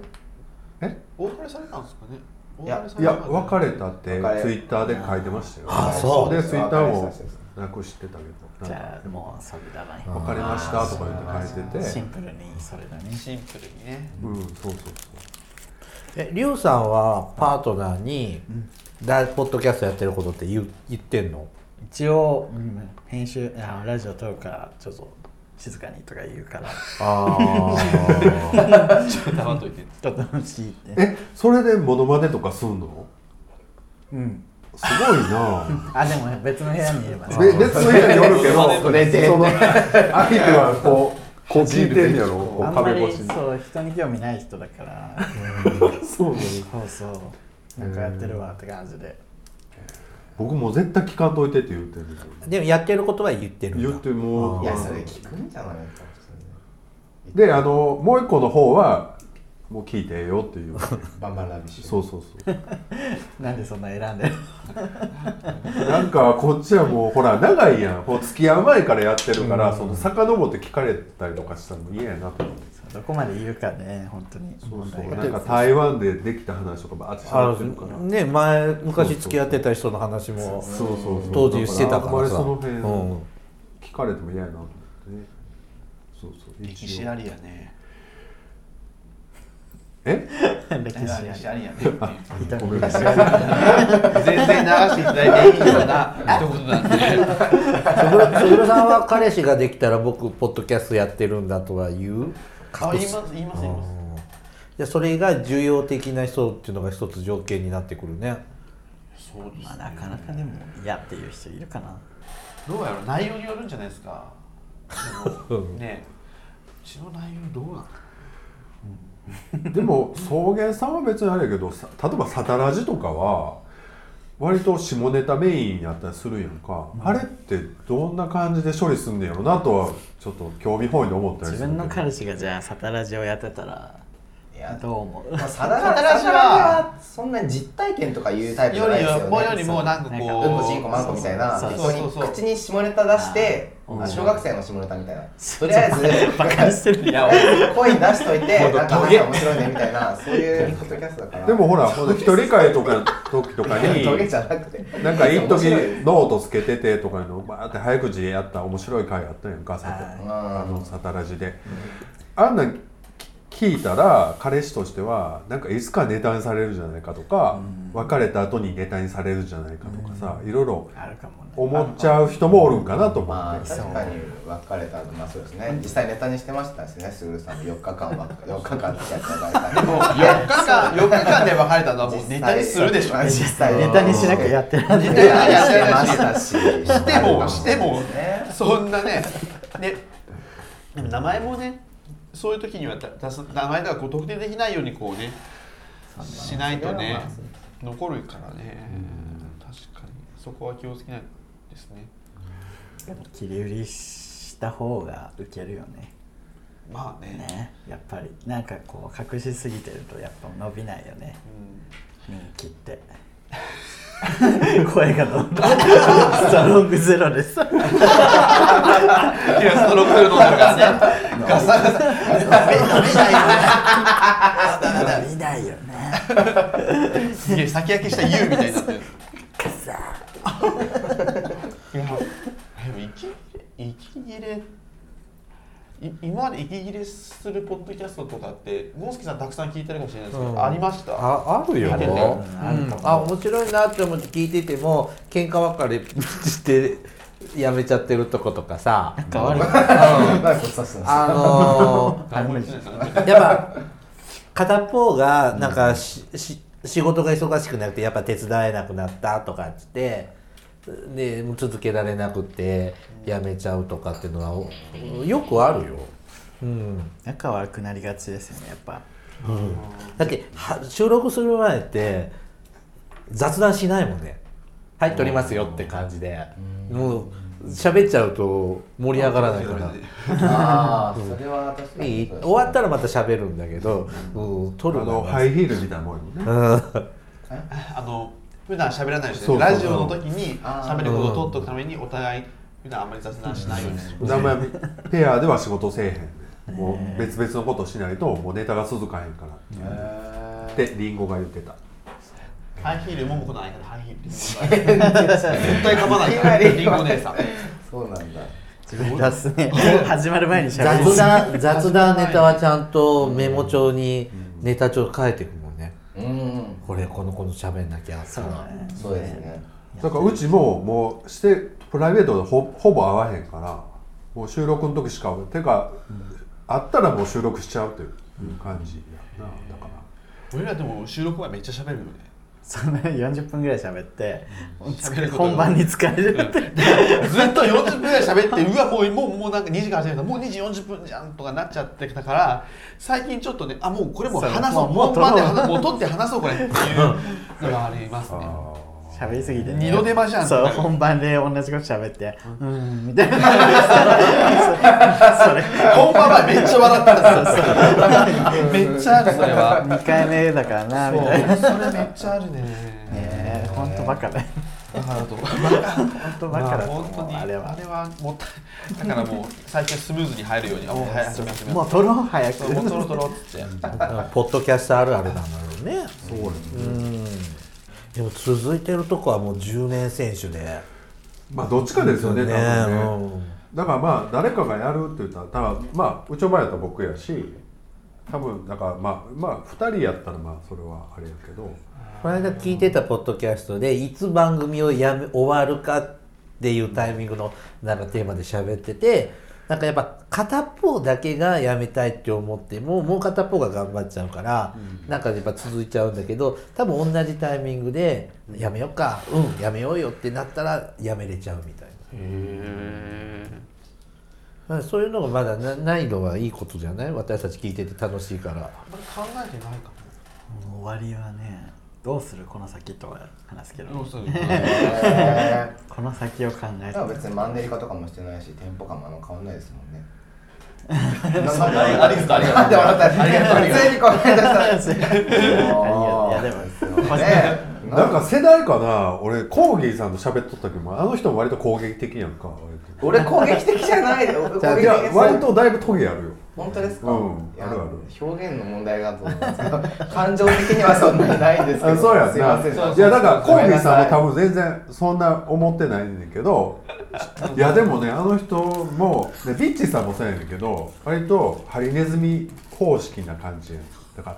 S1: え
S3: 大金されたんですかね
S4: いや
S3: 大金さ
S1: い
S3: れた
S1: や
S3: のかな
S1: 別れたってツイ
S4: 別れ
S1: ッターで書いてましたよ
S5: あそう
S1: でツイッターも
S4: 別れて
S1: なくしてたけど
S2: じ
S1: なんか
S2: ゃあもうそれだね
S1: 別れましたとか言って書いてて
S2: シンプルにそれだね
S3: シンプルにね
S1: うんそうそうそう
S5: えリュウさんはパートナーに、だポッドキャストやってることって言う言ってんの
S2: 一応、うん、編集あラジオ撮るからちょっと静かにとか言うからち
S5: あ
S3: 黙っといて
S2: ょっと聞いて
S1: えそれでモノマネとかすんの
S2: うん
S1: すごいな
S2: あでも別の部屋にいればね
S1: べ別の部屋におるけど
S4: [LAUGHS] それで
S1: その相手はこ
S4: [LAUGHS]
S1: うこう聞いてんやろこ
S2: あ
S1: うん
S2: ま
S1: 壁
S2: り
S1: 越しに
S2: そう人に興味ない人だから
S1: そう
S2: そうそうなんかやってるわって感じで
S1: 僕もう絶対聞かんといてって言ってるんですよ
S5: ーでもやってることは言ってるんだ
S1: 言ってもう
S4: いやそれ聞くんじゃないか
S1: であのもう一個の方はもう聞いてええよっていう
S4: バンバンラビッシュ
S1: そうそうそう
S2: なんでそんな選んでる [LAUGHS]
S1: なんかこっちはもうほら長いやんこう付き合う前からやってるから、その遡って聞かれたりとかしたの嫌やなと思って
S2: どこまで言うかね本当に
S1: そう
S2: 問
S1: そう
S2: 題
S1: なんか
S2: が
S1: 台湾でできた話とかばーってしゃ
S5: あ
S1: ってるから
S5: のね前昔付き合ってた人の話も
S1: そうそうそう
S5: 当時してた
S1: だ
S5: か
S1: から
S5: ら
S1: さ
S5: さ
S1: あんまりその辺
S5: うん
S1: 聞かれても嫌やなと思ってねそうそう
S3: 歴史ありやね
S1: え
S2: 歴史あ
S3: 歴
S2: り
S3: 史ありやねっていう
S1: ごめんなさい
S3: 全然流していただいていいような一言なんで
S5: すぐすぐるさんは彼氏ができたら僕ポッドキャストやってるんだとは言う
S3: あ言います言います言います
S5: じゃあそれが重要的な人っていうのが一つ条件になってくるね
S3: そうです
S2: まあなかなかでも嫌っていう人いるかな
S3: どうやろう内容によるんじゃないですかでもねうちの内容どうなの
S1: でも草原さんは別にあれやけどさ例えば「サタラジ」とかは割と下ネタメインやったりするやんか、あれってどんな感じで処理すんねやろなとはちょっと興味本位で思ったり
S2: 自
S1: するけ
S2: 分
S1: ど
S2: の彼氏がじゃあサタラジオやってたら
S4: いや
S2: どう思う
S4: まあサダララジはそんなに実体験とかいうタイプじゃ
S3: よ
S4: ない
S3: り
S4: ですよ
S3: はもうよ
S4: ね
S3: りもなんかこう
S2: なんか
S4: うんこちんこまんこみたいな
S2: そう
S4: 適
S2: そう
S4: 当に口に下ネタ出して
S2: うん
S4: あ小学生の下ネタみたいなとりあえず
S2: バカにしてる
S3: いや
S4: 声出しといて
S5: もっと
S4: なんか
S5: トゲ
S4: 面白いねみたいなそういうポッドキャストだから
S1: でもほらほんで一人会とか時とか
S4: い
S2: [LAUGHS]
S4: やトゲ
S1: に
S4: じゃなくて
S1: なんか一
S4: 面
S1: 時
S4: 白い
S1: ノートつけててとかいうのバーって早口でやった面白い回あったやんかさ
S2: はい
S1: あのサタラジで、あんなん聞聞いたら彼氏としてはなんかいつかネタにされるんじゃないかとか別れた後にネタにされるんじゃないかとかさいろいろ
S2: あるかもね
S1: 思っちゃう人もおるんかなと思
S4: まあ
S1: って
S4: 確かに別れた後まあそうですね実際ネタにしてましたしねすぐるさんも4日間は4日間付き合って別れたけど
S3: 4日間4日間で別れたのはもうネタにするでしょ
S4: 実際
S2: ネタにしなくやってらんない
S4: ネタにしてましたし
S3: してもしても
S4: ね
S3: そんなねででも名前もねそういう時にはた出す名前がこう特定できないようにこうねしないとね残るからね確かにそこは気をつけないですね
S2: 切り売りした方がウケるよね
S3: まあね
S2: ねやっぱりなんかこう隠しすぎてるとやっぱ伸びないよね人気って声がどんどんストロングゼロでさ
S3: いやストロークするのだからねガサガサ
S2: 伸びないよね
S3: すげえ先焼けした優みたいになってるいやでも息切れ息切れい今まで息切れするポッドキャストとかってゴンスケさんたくさん聞いてるかもしれないですけど、
S5: うん
S3: ありました
S5: ああるよ、
S3: あるよ
S5: うんあ面白いなって思って聞いてても喧嘩別れしてやめちゃってるとことかさ
S2: 変わる
S4: 何そ刺すの
S5: あの
S3: あんまりしてない
S5: ー、やっぱ片方がなんかし、し仕事が忙しくなくてやっぱ手伝えなくなったとかっつってでもう続けられなくてやめちゃうとかっていうのはおよくあるよ。うん
S2: 仲悪くなりがちですよねやっぱ
S5: だっては収録する前って雑談しないもんねはい撮りますよって感じでもう喋っちゃうと盛り上がらないから
S4: あーそれは確か
S5: いい
S4: に
S5: 終わったらまた喋るんだけど、うん、撮
S1: あ
S5: る
S1: の
S5: は
S1: ハイヒールみたいなもんにね
S3: あの普段喋らない人
S1: そうそうそう
S3: でラジオの時に喋ることを取っとくためにお互い普段あんまり雑談しないようにする
S1: 名前ペアでは仕事せえへんもう別々のことしないともうネタが続かへんからってリンゴが言ってた
S3: ハイヒールもこの間のハイヒールです絶対噛まないからリンゴ姉さん
S4: そうなんだ
S2: 自分出すね始まる前にしゃべる
S5: 雑談雑談ネタはちゃんとメモ帳にネタ帳書いていくもんね
S4: うん
S5: これこの子の喋んなきゃとか
S4: そうですね
S1: だからうちももうしてプライベートでほほぼ会わへんからもう収録の時しかてか、会ったらもう収録しちゃうという感じやなだから
S3: 俺らでも収録前めっちゃ喋るよね
S2: その40分ぐらい喋って
S3: 喋ることが
S2: 本番に疲れるって
S3: ずっと40分ぐらい喋ってうわもうもうもうなんか2時から始めたもう2時40分じゃんとかなっちゃってたから最近ちょっとねあもうこれもう話そう
S2: そう
S3: も
S2: も
S3: う
S2: う
S3: 撮
S2: も
S3: で
S2: う
S3: 話もう撮って話そうこれっていうのがありますね
S2: 喋りすぎて、
S3: 二度手間じゃん
S2: そう本番で同じこと喋ってうーんみたいなそれ
S3: 本番前めっちゃ笑ってたんですよめっちゃあるそれは
S2: 2回目だからなみたいな
S3: そうそれめっちゃあるね
S2: ねえほんとバカだよ
S3: だから [LAUGHS] と
S2: ほんとバカだと
S3: 本当
S2: 思う
S3: に
S2: あ
S3: あ
S2: れ
S3: れ
S2: は
S3: はもったいだからもう最近スムーズに入るようにあもう早く始め
S2: も
S3: ま
S2: う撮ろう早く
S3: すもうトロトロっつって
S5: ポッドキャストあるあるなんだろうね
S1: そうやね
S5: うんでも続いてるとこはもう10年選手で
S1: まあどっちかですよね多分ね、
S5: うん
S1: だからまあ誰かがやるって言ったら多分まあうちの前やったら僕やし多分だからまあまあ2人やったらまあそれはあれやけど
S5: この間聞いてたポッドキャストでいつ番組をやめ終わるかっていうタイミングのなんかテーマで喋っててなんかやっぱ片方だけがやめたいって思ってももう片方が頑張っちゃうから、なんかやっぱ続いちゃうんだけど多分同じタイミングでやめようかうんやめようよってなったらやめれちゃうみたいな、そういうのがまだなないのはいいことじゃない私たち聞いてて楽しいから。
S3: あんまり考えてないかも
S2: もう終わりはねどうするこの先とは話すけど
S3: どうする
S4: え
S2: この先を考えて
S4: ーでも別にマンネリ化とかもしてないしテンポ感もあの変わんないですもん [LAUGHS] ね
S3: ありがとうありがとう
S4: なんで笑ったありがとう普通にこの間さ
S2: いやでも
S3: [LAUGHS]
S4: ね
S1: なんか世代かな俺コーギーさんと喋っとった時もあの人も割と攻撃的やんか割と
S4: 俺攻撃的じゃ [LAUGHS] ないよ俺攻撃
S1: い
S4: 的
S1: や
S4: です
S1: 割とだいぶトゲあるよ
S4: 本当ですか、
S1: うん
S4: いや
S1: あるある
S4: 表現の問題だと思うんですけど感情的にはそんなにないんですけ
S1: あ
S4: ど
S1: [LAUGHS] そうやん
S4: すいません
S1: ないやだからコービーさんも
S4: 分
S1: 多分全然そんな思ってないねんだけどいやでもねあの人も、ね、ビッチーさんもそうやねんけど割とハリネズミ方式な感じやんだから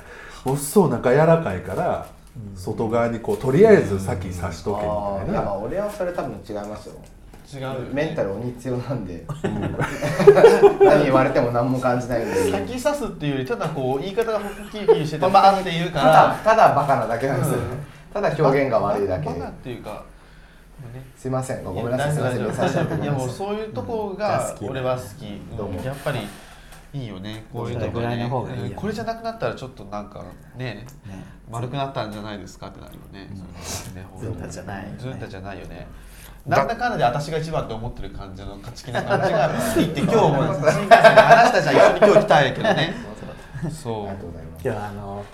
S1: お酢そう中柔らかいから外側にこうとりあえず先刺しとけ
S4: あ
S1: み
S4: ーい
S1: たい
S4: やまあ
S1: な
S4: 俺はそれ多分違いますよ
S3: [LAUGHS] 違うよね
S4: メンタル鬼強なんで何言われても何も感じないんで
S3: 先刺すっていうよりただこう言い方がホッキリキリしててバーンって言うか
S4: た
S3: ら
S4: だただバカなだけなんですよ、ただ表現が悪いだけ
S3: バカっていうかもうね
S4: すいませんごめんなさいすいません差し上げてご
S3: い
S4: めん
S3: や
S4: な
S3: もう
S4: さい
S3: そういうとこが俺は好き、
S4: どうも
S3: やっぱりいいよねこういうとこ
S2: それぐらいの方がいいよね
S3: うんこれじゃなくなったらちょっとなんかね
S2: ね
S3: 丸くなったんじゃないですかってなるよね,、ね
S2: ずんたじゃないよね
S3: ずんたじゃないよねなんだかんだで私が一番って思ってる感じの勝ち気な感じが好きって今日も新幹線で話したじゃん一緒に今日来たんやけどねそ
S4: ありが
S3: う
S4: とうございます
S2: 今日あの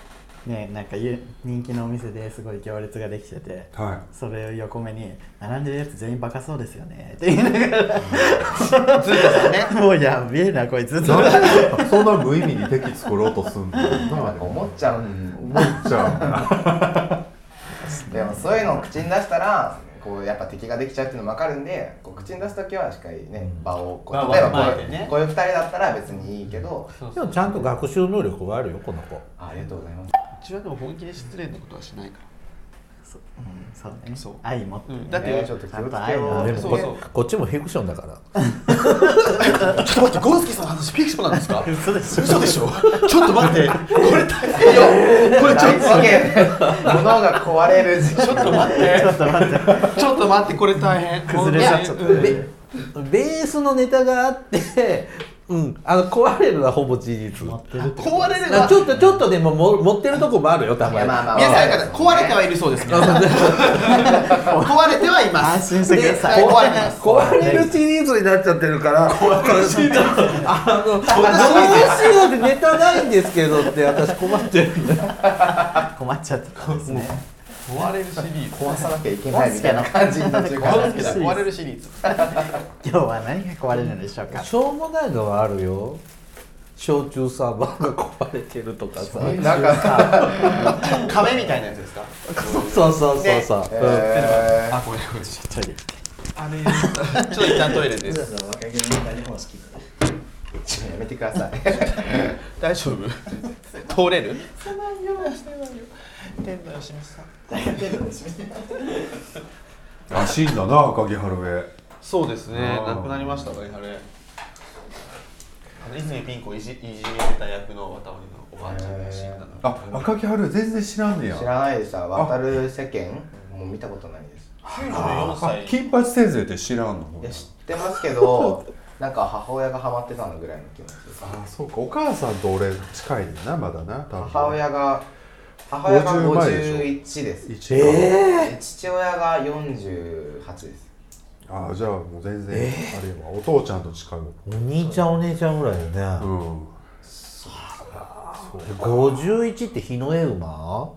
S2: ねなんかゆ人気のお店ですごい行列ができてて
S1: はい
S2: それを横目に「並んでるやつ全員バカそうですよね」って言いながら
S3: ずんたさんね
S2: 「もうやべえなこいつ」と
S1: なんでそんな無意味に敵作ろうとすんの
S4: なんか思っちゃうん
S1: 思っちゃ
S4: でもそういうのを口に出したらこうやっぱ敵ができちゃうっていうのも分かるんでこう口に出す時はしっかりね場をこ
S3: 場
S4: う
S3: を
S4: 例えばこ
S3: まあ
S4: う,、
S3: ね
S4: こういう2人だったら別にいいけど
S5: でもちゃんと学習能力はあるよこの子
S4: ありがとうございます
S3: うちはでも本気で失礼なことはしないから
S2: そう,、うん、そうね
S3: そう
S2: 愛持ってね、
S3: うんだって
S4: ねちょっと気をつ
S2: やっぱ愛
S4: けよ
S2: のあ
S4: う
S2: る
S5: で
S3: そ
S5: も
S3: う
S5: こ
S3: そう
S5: こっちもフィクションだから
S3: ちょっと待って、ゴンスケさんの話フィクションなんですか
S2: 嘘でしょ
S3: 嘘でしょちょっと待って、これ大変よこれちょ
S4: 大
S3: っ
S4: 事件物が壊れる時
S3: と、ちょっと待って
S2: ちょっと
S1: [LAUGHS]
S2: 待って
S3: ちょっと待って、これ大変
S2: 崩れちゃっちゃった
S3: もうね
S5: ベベースのネタがあって、うん、あの壊れるのはほぼ事実
S2: 持ってるって
S3: 壊れる
S5: な
S3: な
S5: ちょっとちょっとでもも持ってるとこもあるよたま
S4: いや
S5: に
S4: まあまあ
S3: 皆さんから壊れてはいるそう [LAUGHS] ですけど壊れてはいま
S2: 安心
S3: す
S2: してください
S3: で壊れます
S5: 壊れるシリーズになっちゃってるから壊れるシリーズあ [LAUGHS] のどうしようってネタないんですけどって私困ってるんだよ
S2: 困っちゃってたんですね
S3: 壊れるシリーズ
S4: 壊さなきゃいけないみたいな感じになっちゃうか
S3: ゴン
S4: ら
S3: スケさん壊れるシリーズ
S2: 今日は何が壊れるのでしょうか
S5: しょうもないのはあるよ焼酎サーバーが壊れてるとかさ
S4: なんか、
S3: 壁みたいなやつですか
S5: そうそうそうそう、うん
S4: えー
S3: あ、ごめんごめんち
S2: トイレ
S3: ょっと一旦トイレです
S2: 若気の何方式
S4: ちょっとやめてください
S3: 大丈夫通れる天童よしみさん
S1: うらしいんだな赤木春江
S3: そうですね
S1: あー
S3: 亡くなりましたねあれあの泉ピン子をいじいじめてた役の渡織のおばあちゃんが死んだの
S1: あ赤木春江全然知らんねや
S4: 知らないでした渡る世間もう見たことないです
S3: 94
S1: あ
S3: 歳
S1: 金八先生って知らんの
S4: いや知ってますけどなんか母親がハマってたのぐらいの気持ちです
S1: あそうかお母さんと俺近いねんなまだな多分
S4: 母親が母親が
S1: 50前でしょ
S4: 51です
S1: 一
S4: で父親が48です
S1: ああじゃあもう全然、あれはお父ちゃんと近いわ
S5: お兄ちゃんお姉ちゃんぐらいよね、
S1: うん
S5: 51って日の絵馬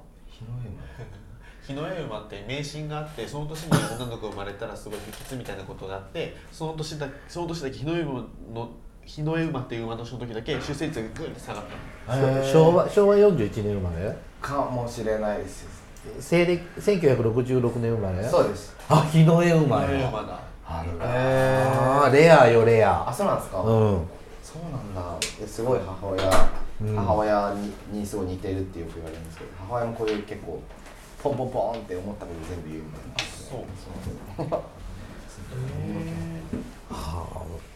S3: 日の絵馬って迷信があってその年に女の子が生まれたらすごい不吉みたいなことがあってその年だその年だけ日の絵馬の日の絵馬っていう馬のその時だけ出生率がグーンって下がったの
S5: 昭和昭和41年生まれ
S4: かもしれないです
S5: 西暦1966年生まれ
S4: そうです
S5: あ日の絵馬
S3: 日の絵
S5: や
S3: 馬だ
S5: ある
S4: え
S5: あーレアよレ
S4: あ
S5: ア
S4: そうなんですか、
S5: うん
S4: そうなんだですごい母親、母親ににすごい似てるってよく言われるんですけど母親もこういう結構ポンポンポンって思ったこと全部言うみたいな
S3: そう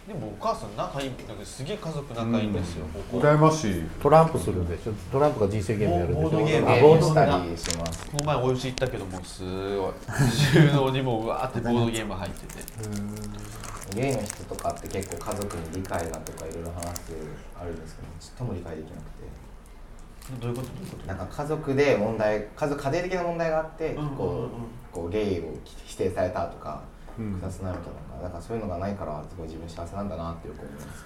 S3: でもお母さん仲いいみたいですげえ家族仲いいんですよ、ここ
S1: 羨ましい
S5: トランプするでしょトランプが人生ゲームやるでしょ
S3: ボードゲーム
S5: あ
S4: ゲ
S5: ボ
S4: ー
S5: ー
S4: ム
S5: ド
S4: したりします
S3: この前お家行ったけどもうすごい収納にもうわーってボードゲーム入ってて
S4: ゲイの人とかって結構家族に理解がとかいろいろ話すあるんですけどちっとも理解できなくて
S3: どういうことどういうこと
S4: なんか家族で問題家族家庭的な問題があって
S3: うんうんうん
S4: こうこうゲイを否定されたとか
S1: うん
S4: 複雑なことなんかだからそういうのがないからすごい自分幸せなんだなってよく思います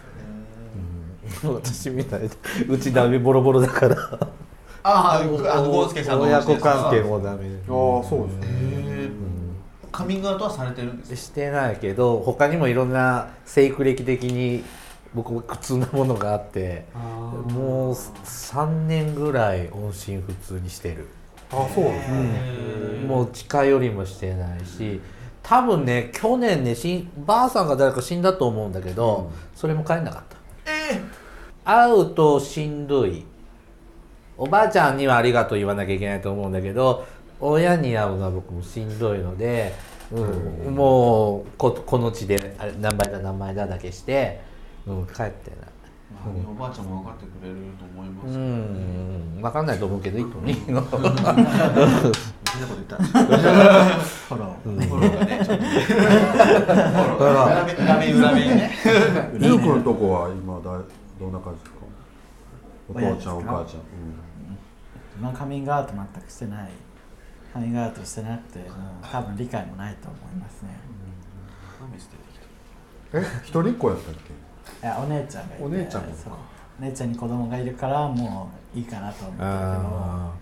S4: けど
S3: [LAUGHS]
S4: ね
S5: 私みたいでうちダメボロボロだから
S3: ああ、あのゴースケさんの
S5: 親子
S3: お家です
S5: 関係もダメ
S1: ああそうですね
S3: へえカミングアウトはされてるんですか
S5: してないけど他にもいろんな生育歴的に僕も苦痛なものがあってもう3年ぐらい音信不通にしてる
S1: あそうですね
S5: もう近寄りもしてないし多分ね去年ねしんばあさんが誰か死んだと思うんだけど、それも帰んなかった
S3: え
S5: 会うとしんどいおばあちゃんにはありがとう言わなきゃいけないと思うんだけど親に会うのは僕もしんどいので、うんもうここの地であれ何倍だ何倍だだけして、うん、帰ってない。
S3: まあね、おばあちゃんも分かってくれると思いま
S5: う
S3: す、
S5: ん
S3: みん
S5: うん、分かんないと思うけどいいと思うよ
S3: なこと言ったフォローフォローがねちょっとねフォロー裏目裏目裏目ね [LAUGHS]
S1: りゅうくんのとこは今だいどんな感じですかお
S2: 親
S1: 父
S2: で
S1: ち
S2: す
S1: ゃ
S2: か
S1: んお母ちゃん、
S2: 今カミングアウト全くしてないカミングアウトしてなくてもう多分理解もないと思いますね、
S1: うん、え一人っ子やったっ
S2: いやお姉ちゃんがいて
S1: お姉ちゃんもか
S2: そうお姉ちゃんに子供がいるからもういいかなと思っ
S1: け
S2: たけど
S1: あ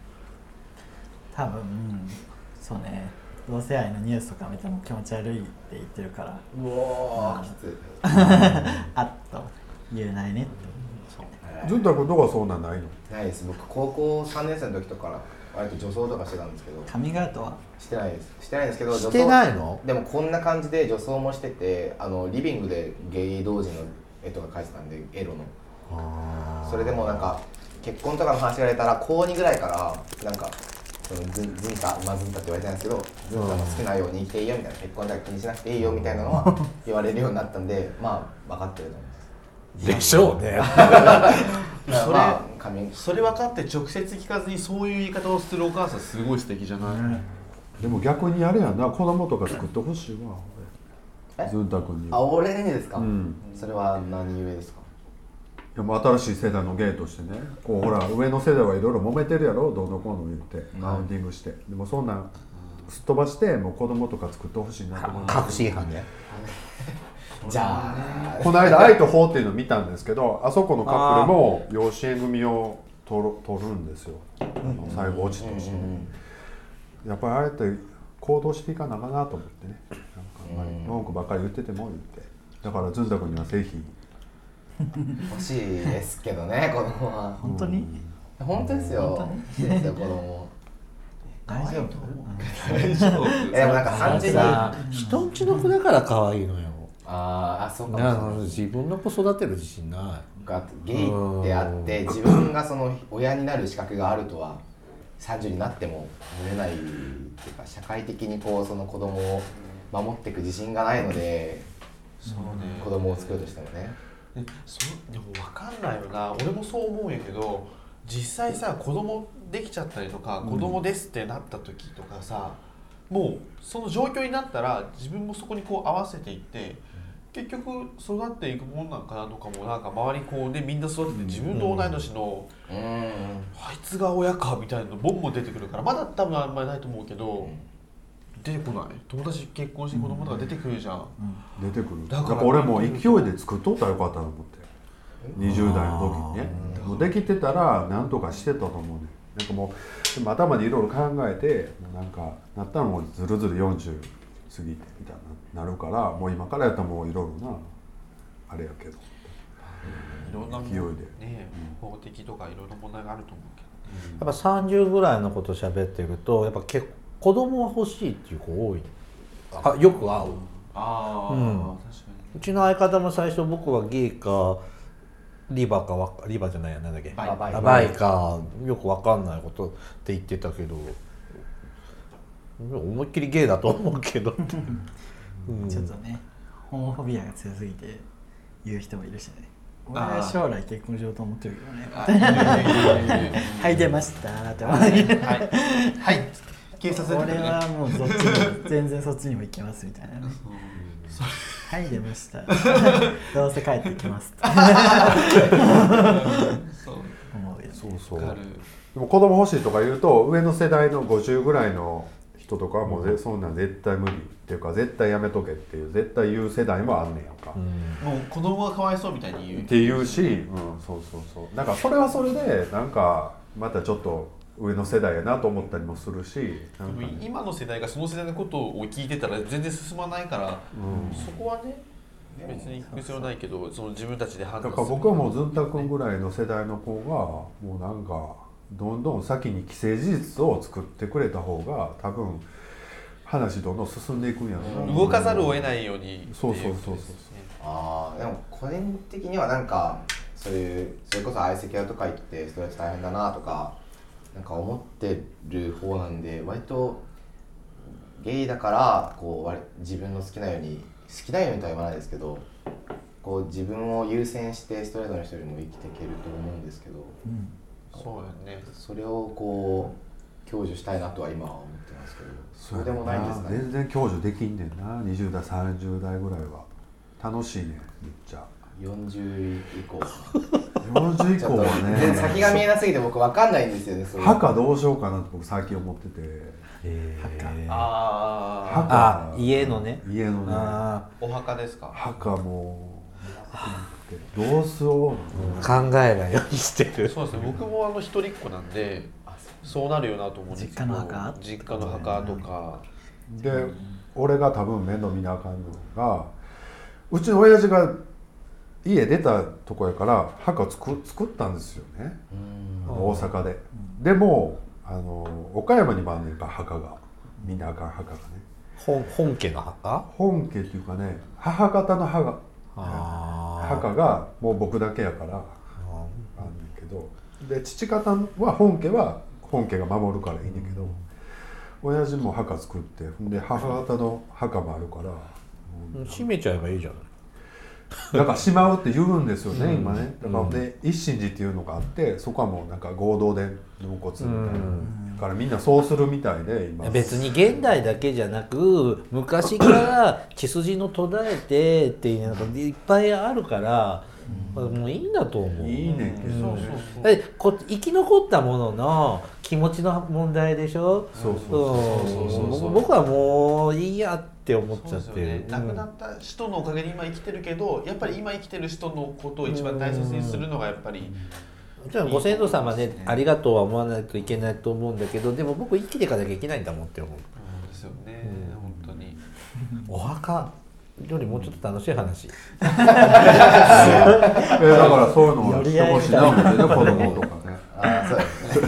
S2: 多分、うんそうね同性愛のニュースとか見ても気持ち悪いって言ってるから
S4: うおーきつい
S2: [LAUGHS]
S3: [LAUGHS]
S2: あっと言えないねって
S1: あずんたくんとこはそんなんないの
S4: ないです僕高校3年生の時とかから割と女装とかしてたんですけど
S2: カミングアウトは
S4: してないですしてないんですけど
S5: [LAUGHS] してないの
S4: 女装でもこんな感じで女装もしててあのリビングでゲイ同士の絵とか描いてたんでエロのそれでもなんか結婚とかの話が出たら高2ぐらいからなんかそのずんずんたまあずんたって言われてないんですけどずんたの好きなように生きていいよみたいな結婚だけ気にしなくていいよみたいなのは言われるようになったんでまあ分かってると思います
S5: でしょうね
S4: だから
S3: それ
S4: まあ髪
S3: それ分かって直接聞かずにそういう言い方をするお母さんすごい素敵じゃない、
S1: でも逆にあれやな子供とか作ってほしいわ俺
S4: え
S1: ずんたくんに
S4: あ
S1: は
S4: 俺にですか、
S1: うん
S4: それは何故ですか
S1: でも新しい世代のゲイとしてねこうほら上の世代はいろいろ揉めてるやろどうのこうの言ってラウンディングしてでもそんなんすっ飛ばしてもう子供とか作ってほしいなと思います
S5: 確信犯ね
S4: [LAUGHS] じゃあ
S1: この間「愛と法」っていうのを見たんですけどあそこのカップルも養子縁組を取る取るんですよ最後落ちてほしいやっぱりあれって行動していかなあかんなと思ってねなんかあんまり文句ばっかり言ってても言ってだからずんだ君にはぜひ
S4: 欲しいですけどね子供は
S2: 本当に
S4: 本当ですよ欲しいですよ子供
S2: 大丈夫
S3: 大丈夫
S4: えでもなんか3時にあ
S5: さ人んちの子だから可愛いのよ
S4: ーあそうかもしれ
S5: な
S4: ない
S5: 自分の子育てる自信な
S4: がゲイってあって自分がその親になる資格があるとは30になっても思えないっていうか社会的にこうその子供を守っていく自信がないので
S3: そうね
S4: 子供を作るとしてもね
S3: ねそうでも分かんないよな俺もそう思うんやけど実際さ子供できちゃったりとか子供ですってなった時とかさ、もうその状況になったら自分もそこにこう合わせていって結局育っていくもんなんかなとかもなんか周りこうねみんな育ってて自分と同い年の、
S4: うーん
S3: あいつが親かみたいなのボンボン出てくるからまだ多分あんまりないと思うけど、出てこない友達結婚して子供とか出てくるじゃん、
S1: 出てくる
S3: だ
S1: だ
S3: から
S1: から俺もう勢いで作っとったらよかったと思って20代の時にねもうできてたら何とかしてたと思うねなんかもうでも頭でいろいろ考えてもうなんかなったらもうずるずる40過ぎてみたいななるからもう今からやったらもういろいろなあれやけど
S3: いろんなもん
S1: 勢いで
S3: ね法的とかいろんな問題があると思うけど
S5: やっぱ30ぐらいの子と喋ってるとやっぱ結子供は欲しいっていう子多いあよく会う
S3: ああ、確か
S5: うちの相方も最初僕はゲイかリバかわリバじゃないやなんだっけ
S3: バイ
S5: あ
S4: バイ
S5: バイかよくわかんないことって言ってたけど思いっきりゲイだと思うけどうん
S2: ちょっとねホモフォビアが強すぎて言う人もいるしね俺は将来結婚しようと思ってるけどね
S3: に。
S2: [LAUGHS] はい出ましたーって思って
S3: はい。はい。警察
S2: 俺はもうそっちに全然そっちにも行きますみたいなねはい出ま
S3: [LAUGHS]
S2: したどうせ帰ってきますって
S3: そう。
S2: 思うよね
S1: そうそう
S3: わかる
S1: でも子供欲しいとか言うと上の世代の50ぐらいの人とかはもうぜそんなん絶対無理っていうか絶対やめとけっていう絶対言う世代もあんねんやんか、
S3: もう子供がかわいそうみたいに言
S1: っ
S3: う。
S1: て言うし、うん、そうそうそうなんかそれはそれでなんかまたちょっと上の世代やなと思ったりもするしなんか
S3: で
S1: ね
S3: も今の世代がその世代のことを聞いてたら全然進まないから、そこはね別に行く必要ないけどその自分たちで判
S1: だ
S3: 断
S1: から僕はもうずんたくんぐらいの世代の子がもうなんかどんどん先に既成事実を作ってくれた方が多分話どんどん進んでいくんやろな
S3: 動かざるを得ないようにってい
S1: そうそうそうそう
S3: ことですね
S4: ああでも個人的にはなんかそういうそれこそ相席屋とか行ってストレッチ大変だなとかなんか思ってる方なんで割とゲイだからこう割自分の好きなように好きなようにとは言わないですけどこう自分を優先してストレートの人よりも生きていけると思うんですけど
S3: そうやね
S4: それをこう享受したいなとは今は思ってますけど
S1: そ
S4: そうう
S1: や
S4: でもないんですかね
S1: 全然享受できんねんな20代30代ぐらいは楽しいねめっち
S4: [LAUGHS]
S1: ゃ
S4: 40以降
S1: 40以
S4: ちょ
S1: 降
S4: っと
S1: はね
S4: 先が見えなすぎて僕わかんないんですよねそれ
S1: 墓どうしようかなって僕最近思ってて
S3: ああ
S5: あ
S1: 墓
S5: 家のね
S1: 家のね
S5: あ
S3: お墓ですか
S1: 墓もうどうしよう
S5: ー考えないようにしてる
S3: そうですね僕もあの一人っ子なんでそうなるよなと思うんですけど
S2: 実家の墓
S3: 実家の墓とか
S1: で俺が多分面倒見なあかんのがうちの親父が家出たとこやから墓を作作ったんですよね
S4: うん
S1: 大阪で、でもあの岡山にもあんねんか墓が見なあかん墓がね
S5: 本本家の墓
S1: 本家っていうかね母方の墓
S5: あ
S1: 墓がもう僕だけやから
S5: あ
S1: あんねんけどで父方は本家は本家が守るからいいねんだけど、親父も墓作ってほんで母方の墓もあるから、
S5: 閉めちゃえばいいじゃない
S1: なんかしまうって言うんですよね、今ねだからね、一神寺っていうのがあってそこはもうなんか合同で納骨みたいな、だからみんなそうするみたいで今
S5: 別に現代だけじゃなく昔から血筋の途絶えてっていうのがいっぱいあるから、もういいんだと思う。
S1: いいねんけど、ね
S5: だってこ生き残ったものの気持ちの問題でしょ
S1: そう
S3: そうそううそうん
S5: 僕僕はもういいやって思っ
S3: そう
S5: ち
S3: で
S5: ゃっ
S3: すよ
S5: てる、
S3: ね亡くなった人のおかげで今生きてるけどやっぱり今生きてる人のことを一番大切にするのがやっぱり
S5: うんもちろんご先祖様ねありがとうは思わないといけないと思うんだけどでも僕生きていかなきゃいけないんだもんって思う
S3: そうですよね本当に
S5: お墓よりもうちょっと楽しい話、
S1: えだからそういうのをしてほしいな思ってね子供とかね
S4: ああそうです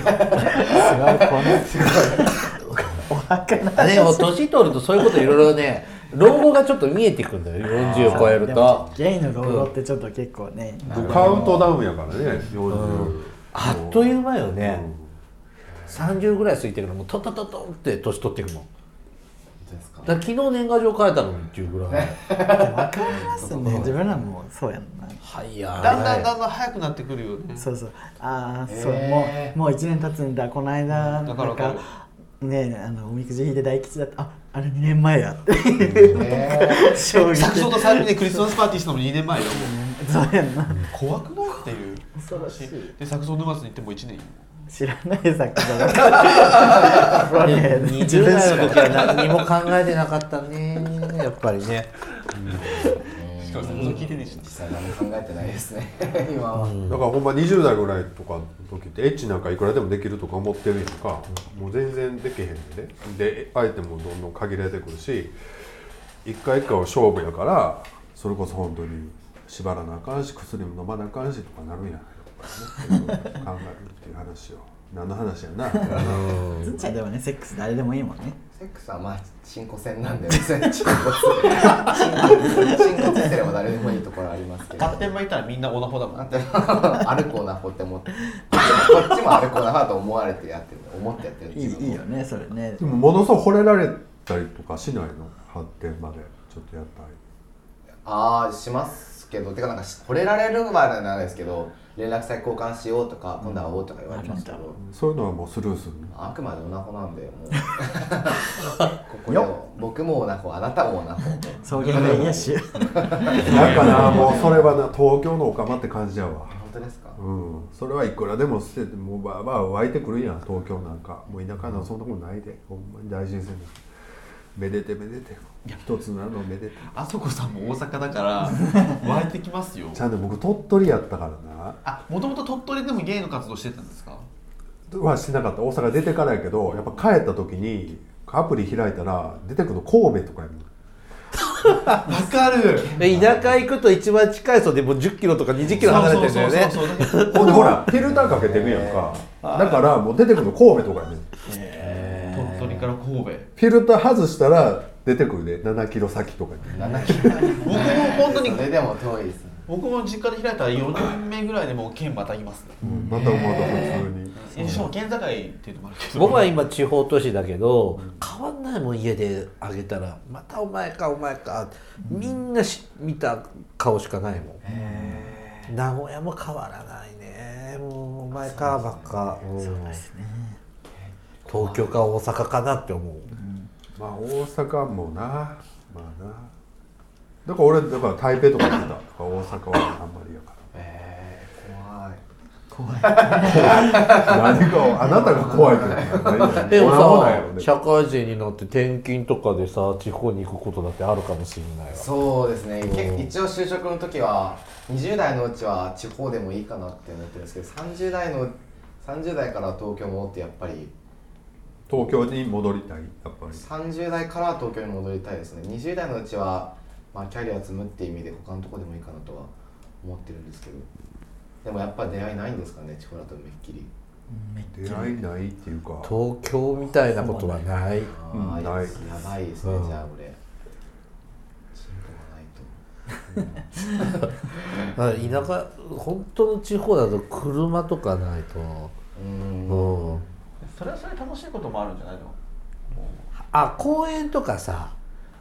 S5: あでも年取るとそういうこといろいろね老後がちょっと見えてくるんだよ40を超える
S2: でも
S5: と
S2: ゲイの老後ってちょっと結構ね、
S1: カウントダウンやからね40
S5: あっという間よね、30ぐらい過ぎてるのもうトントントントンって年取っていくもん
S4: ですか
S5: だから昨日年賀状書いたのにっていうぐらい
S2: 分かりますね自分らもそうやんな
S5: はいや
S3: だんだんだんだん早くなってくるよね
S2: そうそうああ、
S4: えー
S2: そうもうもう1年経つんだこの間なん
S3: だ
S2: か
S3: からか
S2: ねえあのおみくじ引いて大吉だったああれ2年前やって
S4: ね
S2: [LAUGHS] 衝撃
S3: サクソと3人でクリスマスパーティーしたのも2年前よもう
S2: そうやんな
S3: 怖くないっていう
S2: 恐ろしい
S3: でサクソ沼津に行ってもう1年よ
S2: 知らない作家だから不安定
S5: 20代の時は何も考えてな [LAUGHS] かったねやっぱりね
S3: しかも全然聞いてねえしな
S4: 実際何も考えてないです
S1: [LAUGHS]
S4: ね今
S1: だ
S4: は、
S1: からほんま20代ぐらいとかの時ってエッチなんかいくらでもできるとか思ってるやんか、もう全然できへんでねで相手もどんどん限られてくるし一回一回は勝負やからそれこそ本当に縛らなあかんし薬も飲まなあかんしとかなる [LAUGHS] んやんやっぱりね考えるっていう話を何の話やな
S2: ずんちゃんでもねセックス誰でもいいもんね
S4: セックスはまあ進行戦なんで別に進行戦進行戦すれば誰でもいいところありますけど
S3: 勝手に巻いたらみんなオナホだもん
S4: なんて歩こうなほって思ってこっちも歩こうなほと思われてやってる思ってやってる
S2: いいいいよねそれね
S1: でもものすごい惚れられたりとかしないの発展までちょっとやったり
S4: ああしますけどてかなんかし惚れられるまではなんですけど連絡先交換しようとか今度会おうとか言われましたけど、
S1: そういうのはもうスル [LAUGHS] ーするの
S4: あくまでオナホなんでもう [LAUGHS] ここで僕もオナホあなたもオナホ
S2: 草原が癒やし
S1: なんかなもうそれはな東京のおかまって感じやわ
S4: 本当ですか
S1: うん、それはいくらでも捨ててもうばあばあ湧いてくるやん東京なんかもう田舎なんかそんなことないでほんまに大事にせんなめでてめでて一つなのめでて
S3: あそこさんも大阪だ
S2: [LAUGHS]
S3: から湧いてきますよ
S1: ちゃんと僕鳥取やったからな
S3: あもともと鳥取でもゲイの活動してたんですか
S1: はしてなかった大阪出てからやけどやっぱ帰った時にアプリ開いたら出てくるの神戸とかやもん
S3: わかる
S5: で田舎行くと一番近い人でもう1 0キロとか2 0キロ離れてるんだよね
S3: そうそうそうそうだか
S1: ほんでほ [LAUGHS] らフィルターかけてるやんかだからもう出てくるの神戸とかやねん
S3: ら鳥取から神戸
S1: フィルター外したら出てくるね7キロ先とかに
S4: 7キロ
S3: 僕も本当に
S4: それでも遠いですね
S3: [LAUGHS] 僕も実家で開いたら4人目ぐらいでもう県またぎますね
S1: うんまた思うと普通に
S3: えしかも県境っていうのもあるけど
S5: 僕は今地方都市だけど変わんないもん家であげたらまたお前かお前かみんなし見た顔しかないもん名古屋も変わらないねもうお前かばっかうん東京か大阪かなって思う
S1: まあ大阪もなまあなだから俺だから台北とか行ってただから大阪はあんまりやか
S4: えー、
S1: ら何かをあなたが怖いけど何
S5: でも
S1: 俺はなんやろ
S5: さ
S1: ね
S5: 社会人になって転勤とかでさ地方に行くことだってあるかもしれないわ
S4: そうですねけ
S5: うん
S4: 一応就職の時は20代のうちは地方でもいいかなって思ってるんですけど30代の30代から東京戻ってやっぱり
S1: 東京に戻りたいやっぱり
S4: 30代からは東京に戻りたいですね20代のうちは、まあ、キャリア積むって意味で他のとこでもいいかなとは思ってるんですけどでもやっぱ出会いないんですかね地方だとめっきり
S2: めっ
S1: 出
S2: ちゃ
S1: 会いないっていうか
S5: 東京みたいなことはない
S4: ああ
S1: うん
S4: や
S1: ない
S4: やばいですね、
S5: うん
S4: じゃあ俺進歩がないと
S5: だから田舎本当の地方だと車とかないと
S4: うん
S5: うん
S3: [LAUGHS] それはそれで楽しいこともあるんじゃないのもう
S5: あ公園とかさ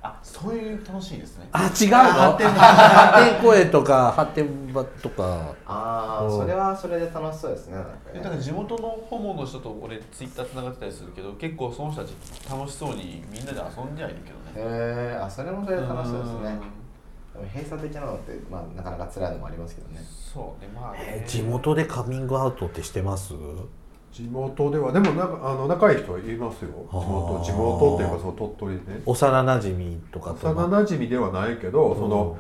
S3: あそういう楽しいですね
S5: あ違うの発展発展公園とか発展場とか
S4: ああ
S5: うん
S4: それはそれで楽しそうですねなんか
S3: え
S4: ね
S3: だから地元のホモの人と俺ツイッター繋がってたりするけど結構その人たち楽しそうにみんなで遊んではいるけどね
S4: へえあそれもそれで楽しそうです
S3: う
S4: ね
S3: ん
S4: でも閉鎖的なのって、まあ、なかなか辛いのもあります
S3: [LAUGHS]
S4: けどね
S3: そうねまあね
S5: えー地元でカミングアウトってしてます
S1: 地元ではでもなんかあの仲いい人はいますよ地
S5: あ
S1: 元
S5: ー
S1: 地元っていうかその鳥取ね
S5: 幼なじみとかと
S1: 幼なじみではないけど、その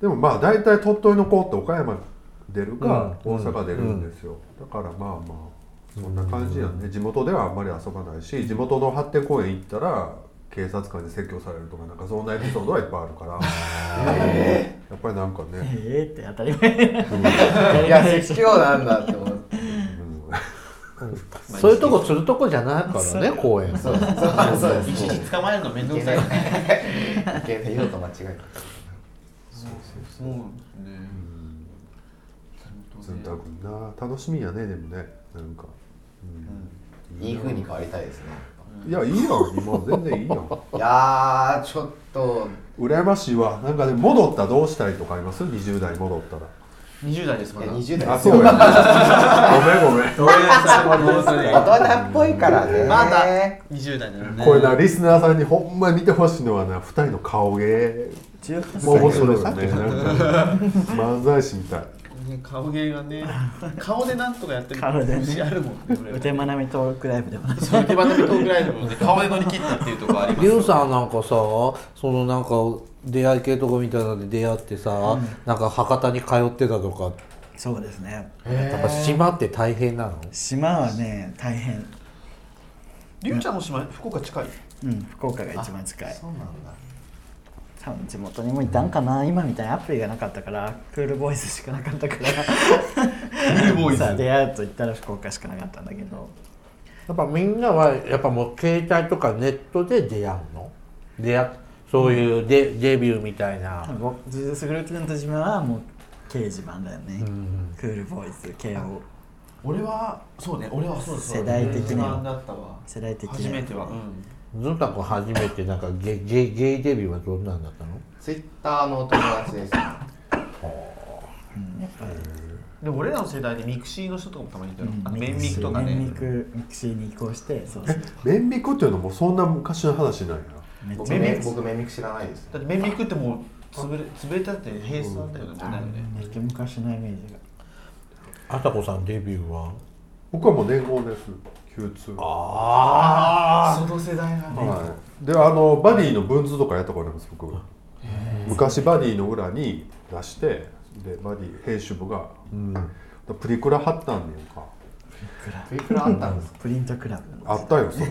S1: でもまあ大体鳥取の子って岡山出るか、
S5: うん
S1: 大阪出るんですよ、だからまあまあそんな感じなんで、地元ではあんまり遊ばないし地元の発展公園行ったら警察官に説教されるとかなんかそんなエピソードはいっぱいある
S5: [LAUGHS]
S1: からやっぱりなんかね、
S2: えーって当たり前
S4: いや説教なんだって思って
S1: うん
S5: そういうとこするとこじゃないからね公園
S4: そうですそうそう
S3: [LAUGHS]
S4: です
S3: 一時捕まえるの面倒く
S4: [LAUGHS]
S3: さい
S4: いけない色と間違え
S3: そうね
S1: ずんたくんな楽しみやねでもねなんか、
S4: たいい風に変わりたいですね
S1: いやいいやん今全然いいや
S5: [LAUGHS]
S1: ん
S4: いやーちょっと
S1: 羨ましいわなんかね戻ったらどうしたいとかあります20代戻ったら
S3: 20代です
S4: い
S3: ま
S4: や
S3: だ
S4: 20代
S1: あ、そうや。 [LAUGHS] ごめんごめん。
S3: どういうさどうする
S4: 大人っぽいからね
S3: まだ20代だよね
S1: これな、リスナーさんにほんま見てほしいのはな、二人の顔芸。もう面白いよね。なんか漫才師みたい。
S3: ね顔芸がね顔でなんとかやってる
S2: 顔でね
S3: 節あるもんね俺
S2: 腕まなみ登録ライブでもない
S3: そう手羽先トークライブもね顔で乗り切ったっていうところありま
S5: リ
S3: す
S5: ュウさんなんかさそのなんか出会い系とかみたいなので出会ってさ、なんか博多に通ってたとか
S2: そうですね
S5: やっぱ島って大変なの
S2: 島はね大変
S3: リュウちゃんの島福岡近い
S2: うん福岡が一番近い
S4: そうなんだ
S2: 多分地元にもいたんかな今みたいなアプリがなかったからクールボーイズしかなかったからクー
S3: ルボーイ
S2: [LAUGHS]
S3: ズ
S2: さあ出会うと言ったら福岡しかなかったんだけど
S5: やっぱみんなはやっぱもう携帯とかネットで出会うの出会そういうデ,、デビューみたい
S2: 多
S5: な
S2: 分僕ジュースグループの自分はもう掲示板だよね、クールボーイズ KO
S3: 俺はそうね俺はそうです
S2: 世代的に
S3: 不安だったわ
S2: 世代的に
S3: 初めてはうん
S5: ずんたくん初めてなんかゲゲゲイデビューはどんなんだったの
S4: ツイッターのお友達ですね
S3: でも俺らの世代でミクシーの人とかもたまにいたよあのメンミクとか
S2: メンミ
S3: ね
S2: クミクシーに移行してそうそう
S1: メンビクっていうのもそんな昔の話なんや。
S2: めっ
S4: 僕
S2: ちゃ
S4: メ僕メミク知らないです
S3: だってメンミクってもう潰れ潰れたって閉鎖だよねもうないよね
S2: めっちゃ昔のイメージが
S5: あさこさんデビューは
S1: 僕はもう年号です。Q2。
S3: ああその世代なの
S1: はい。で、あのバディの文図とかやったことあります。僕。昔バディの裏に出して、でバディ編集部が、プリクラ貼ったんねんか。
S4: プリクラあったんです
S2: プリントクラブの
S1: あったよ、それ。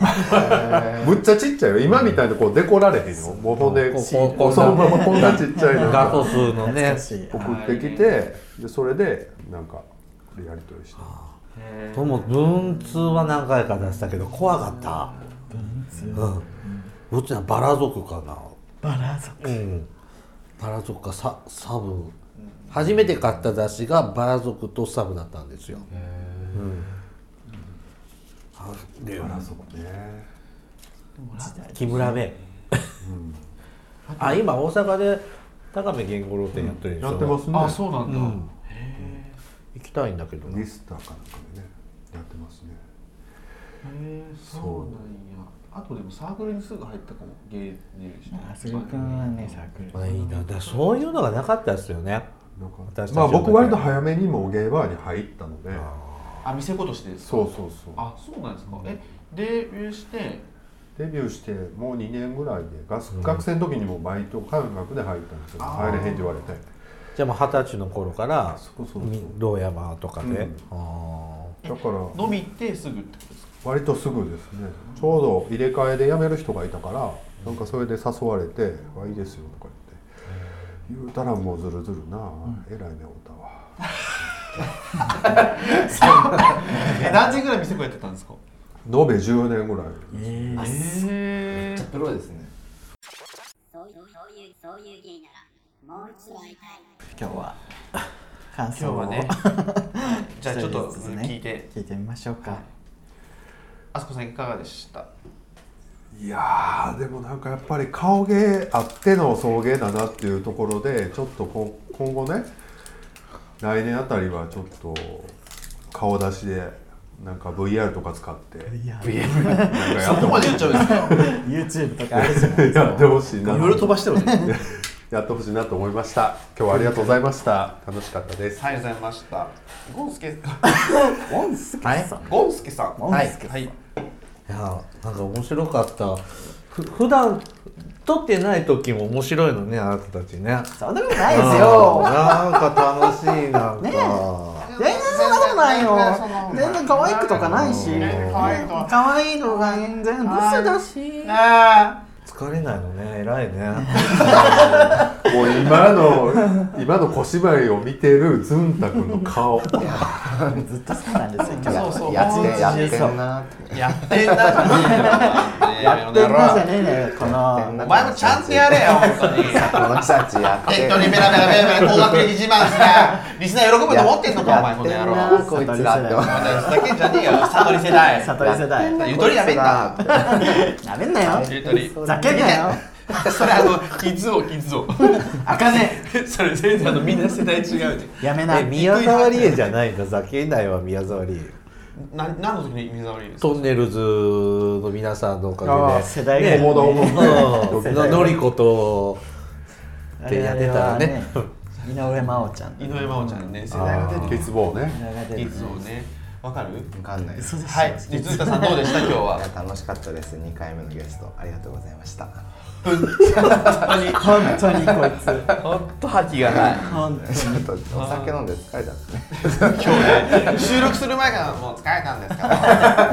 S1: [LAUGHS] むっちゃちっちゃいよ。今みたいにこうデコられへんよ。もうほんで、
S5: こう
S1: そ
S5: こう
S1: のままこんなちっちゃいの
S5: 画
S1: が
S5: 素数の
S2: 懐
S5: ね
S2: かしい
S1: 送ってきて、でそれでなんかやり取りして。
S5: とも文通は何回か出したけど怖かった
S2: 当に強い
S5: うんどっちなのバラ族かな
S2: バラ族
S5: うんバラ族かササブ、初めて買った出汁がバラ族とサブだったんですよ、うん、で
S1: あそうね
S5: 木村弁、あ今大阪で高部源五郎店やってるでしょ、
S1: やってますね
S3: あそうなんだ、
S5: 行きたいんだけどな
S1: リスターかなんかでねやってますね
S3: へえそうなんやあとでもサークルにすぐ入ったかも芸入社
S2: あすぐくんはねサークル
S5: まあいいなだからそういうのがなかったですよね
S1: なんか
S5: 私たち
S1: まあ
S5: の時
S1: 僕割と早めにもうゲイバーに入ったので
S3: あ店ごとしてですか
S1: そうそうそう
S3: あそうなんですか、えデビューして
S1: デビューしてもう2年ぐらいで学学生の時にもバイト感覚で入ったんですけど入れへんって言われて
S5: じゃあもう二十歳の頃から
S1: そうそうそう
S5: み道山とかで、
S1: うん
S5: あ
S1: だから
S3: 飲み行ってすぐってことですか
S1: 割とすぐですねちょうど入れ替えで辞める人がいたからなんかそれで誘われて「あいいですよ」とか言って言うたらもうずるずるな、えらいねおたわ
S3: え何時ぐらい店子やってたんですか
S1: 延べ10年ぐらい
S2: えー
S3: え
S4: ちゃプロですね
S6: そういう、そういう、そういう芸なら、もう一度会いたい。
S2: 今日は感
S3: 今
S2: 想
S3: 日
S2: を [LAUGHS]
S3: はねじゃあちょっと
S2: 一人ずつね
S3: 聞いて
S2: 聞いてみましょうか
S3: あすこさんいかがでした
S1: いやーでもなんかやっぱり顔芸あっての送迎だなっていうところでちょっとこ今後ね来年あたりはちょっと顔出しでなんか VR とか使って
S2: いや
S1: なんかや
S3: そ
S1: って
S3: こ
S1: ほ
S3: ま
S1: し
S3: で言っちゃうんですか
S2: YouTube とかあるじゃん
S1: い [LAUGHS] やってほしいない
S3: ろいろ飛ばしてるねはい
S1: [LAUGHS] やってほしいなと思いました今日はありがとうございました楽しかったです
S3: ありがとうございましたゴンスケ
S2: ゴンスケさん
S3: ゴンスケさん
S2: ゴンスケ
S3: はい
S5: ーいやなんか面白かったふ普段撮ってない時も面白いのねあなたたちね
S2: そんなことないです
S5: うん
S2: よ
S5: なんか楽しいなんか、
S2: ね全然そんなことないよ全然可愛くとかないし
S3: 可愛いとは
S2: 可愛いのが全然ブスだし
S3: あ
S5: 疲れないのね偉
S2: [LAUGHS]
S5: いね
S1: もう今の今の小芝居を見てるズンタ君の顔
S2: ずっと好きなんですよ今
S3: ー
S2: 日
S3: そうそう
S4: やってんや
S3: や
S4: ってんなーって
S3: ってんなじゃねえよ
S2: やってんなじゃねえのよこの
S3: お前もちゃんとやれよ本当に
S4: この人たちやって
S3: 適当にベラベラベラベラ高学歴自慢してリスナー喜ぶと思ってんのかお前この野郎
S4: やってんなこいつらって思う
S3: お前ふざけんじゃねえよ悟り世代
S2: 悟り世代
S3: ゆとりやめんな
S2: なめんなよ
S3: ゆとり
S2: ざけんなよ
S3: それあのキッズ王キッズ王
S2: あかね
S3: それ全然あのみんな世代違うね
S2: やめな
S5: え宮沢りえじゃないんだざけんないわ宮沢りえ
S3: な何の時に水溜りですか
S5: トンネルズの皆さんのお
S1: あ
S5: か
S1: ー
S5: げで
S2: 世代が
S5: ね
S1: 思うどうも
S5: うん
S2: 世代
S5: のりこと
S2: あ
S5: って
S2: れ
S5: や
S2: あ
S5: っ
S2: れ
S5: てた
S2: は
S5: らね
S2: ね井上真央ちゃん
S3: 井上真央ちゃんね世代が出てる
S1: 欠乏ね
S2: 名前が出
S3: キ
S2: る
S3: ッズ王ねわかる
S4: わかんないです
S3: はい水田さんどうでした今日
S4: い
S3: は
S4: や楽しかったです2回目のゲストありがとうございました
S3: 本当に
S2: 本当にこいつ
S3: 本当覇気がない
S2: 本
S4: ちょっとお酒飲んで疲れたね
S3: 今日ね収録する前からもう疲れたんですから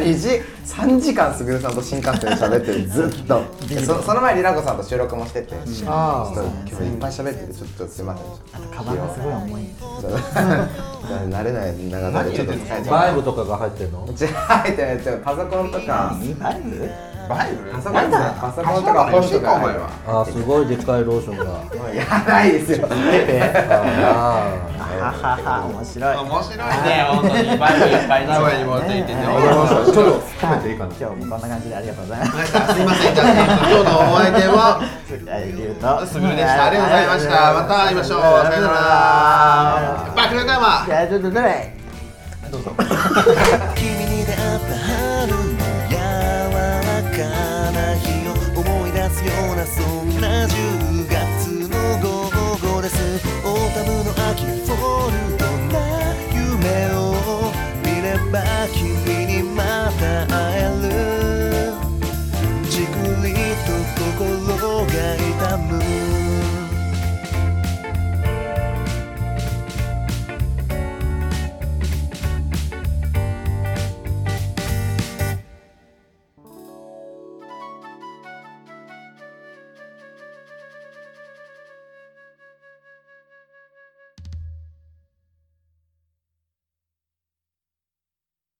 S4: 2時3時間すぐるさんと新幹線で喋ってるずっとそその前にラコさんと収録もしてて、ちょっと今日いっぱい喋っててちょっとすいません
S2: 当にカバンがすごい重いんで
S4: ちょっ [LAUGHS] と慣れない長さでちょっと疲れちゃった
S5: バイブとかが入ってるの
S4: じゃあ入ってないですよパソコンとか
S2: バイブ
S3: バイブ
S4: パソコンとかパソコンとか本とか入る
S5: あーすごいでっかいローションが
S4: もうやないですよ
S5: あ
S2: ははは面白い
S3: 面白いね本当にバイブいっぱい名古屋に持っていってて
S1: ちょっと含めていいかな
S2: 今日もこんな感じでありがとうございます
S3: すいませんじゃあ今日のお相手は
S2: 大竜と
S3: すぐるでしたありがとうございましたまた会いましょうさよならバックルカマ
S2: 大丈夫ぐらい
S3: どうぞ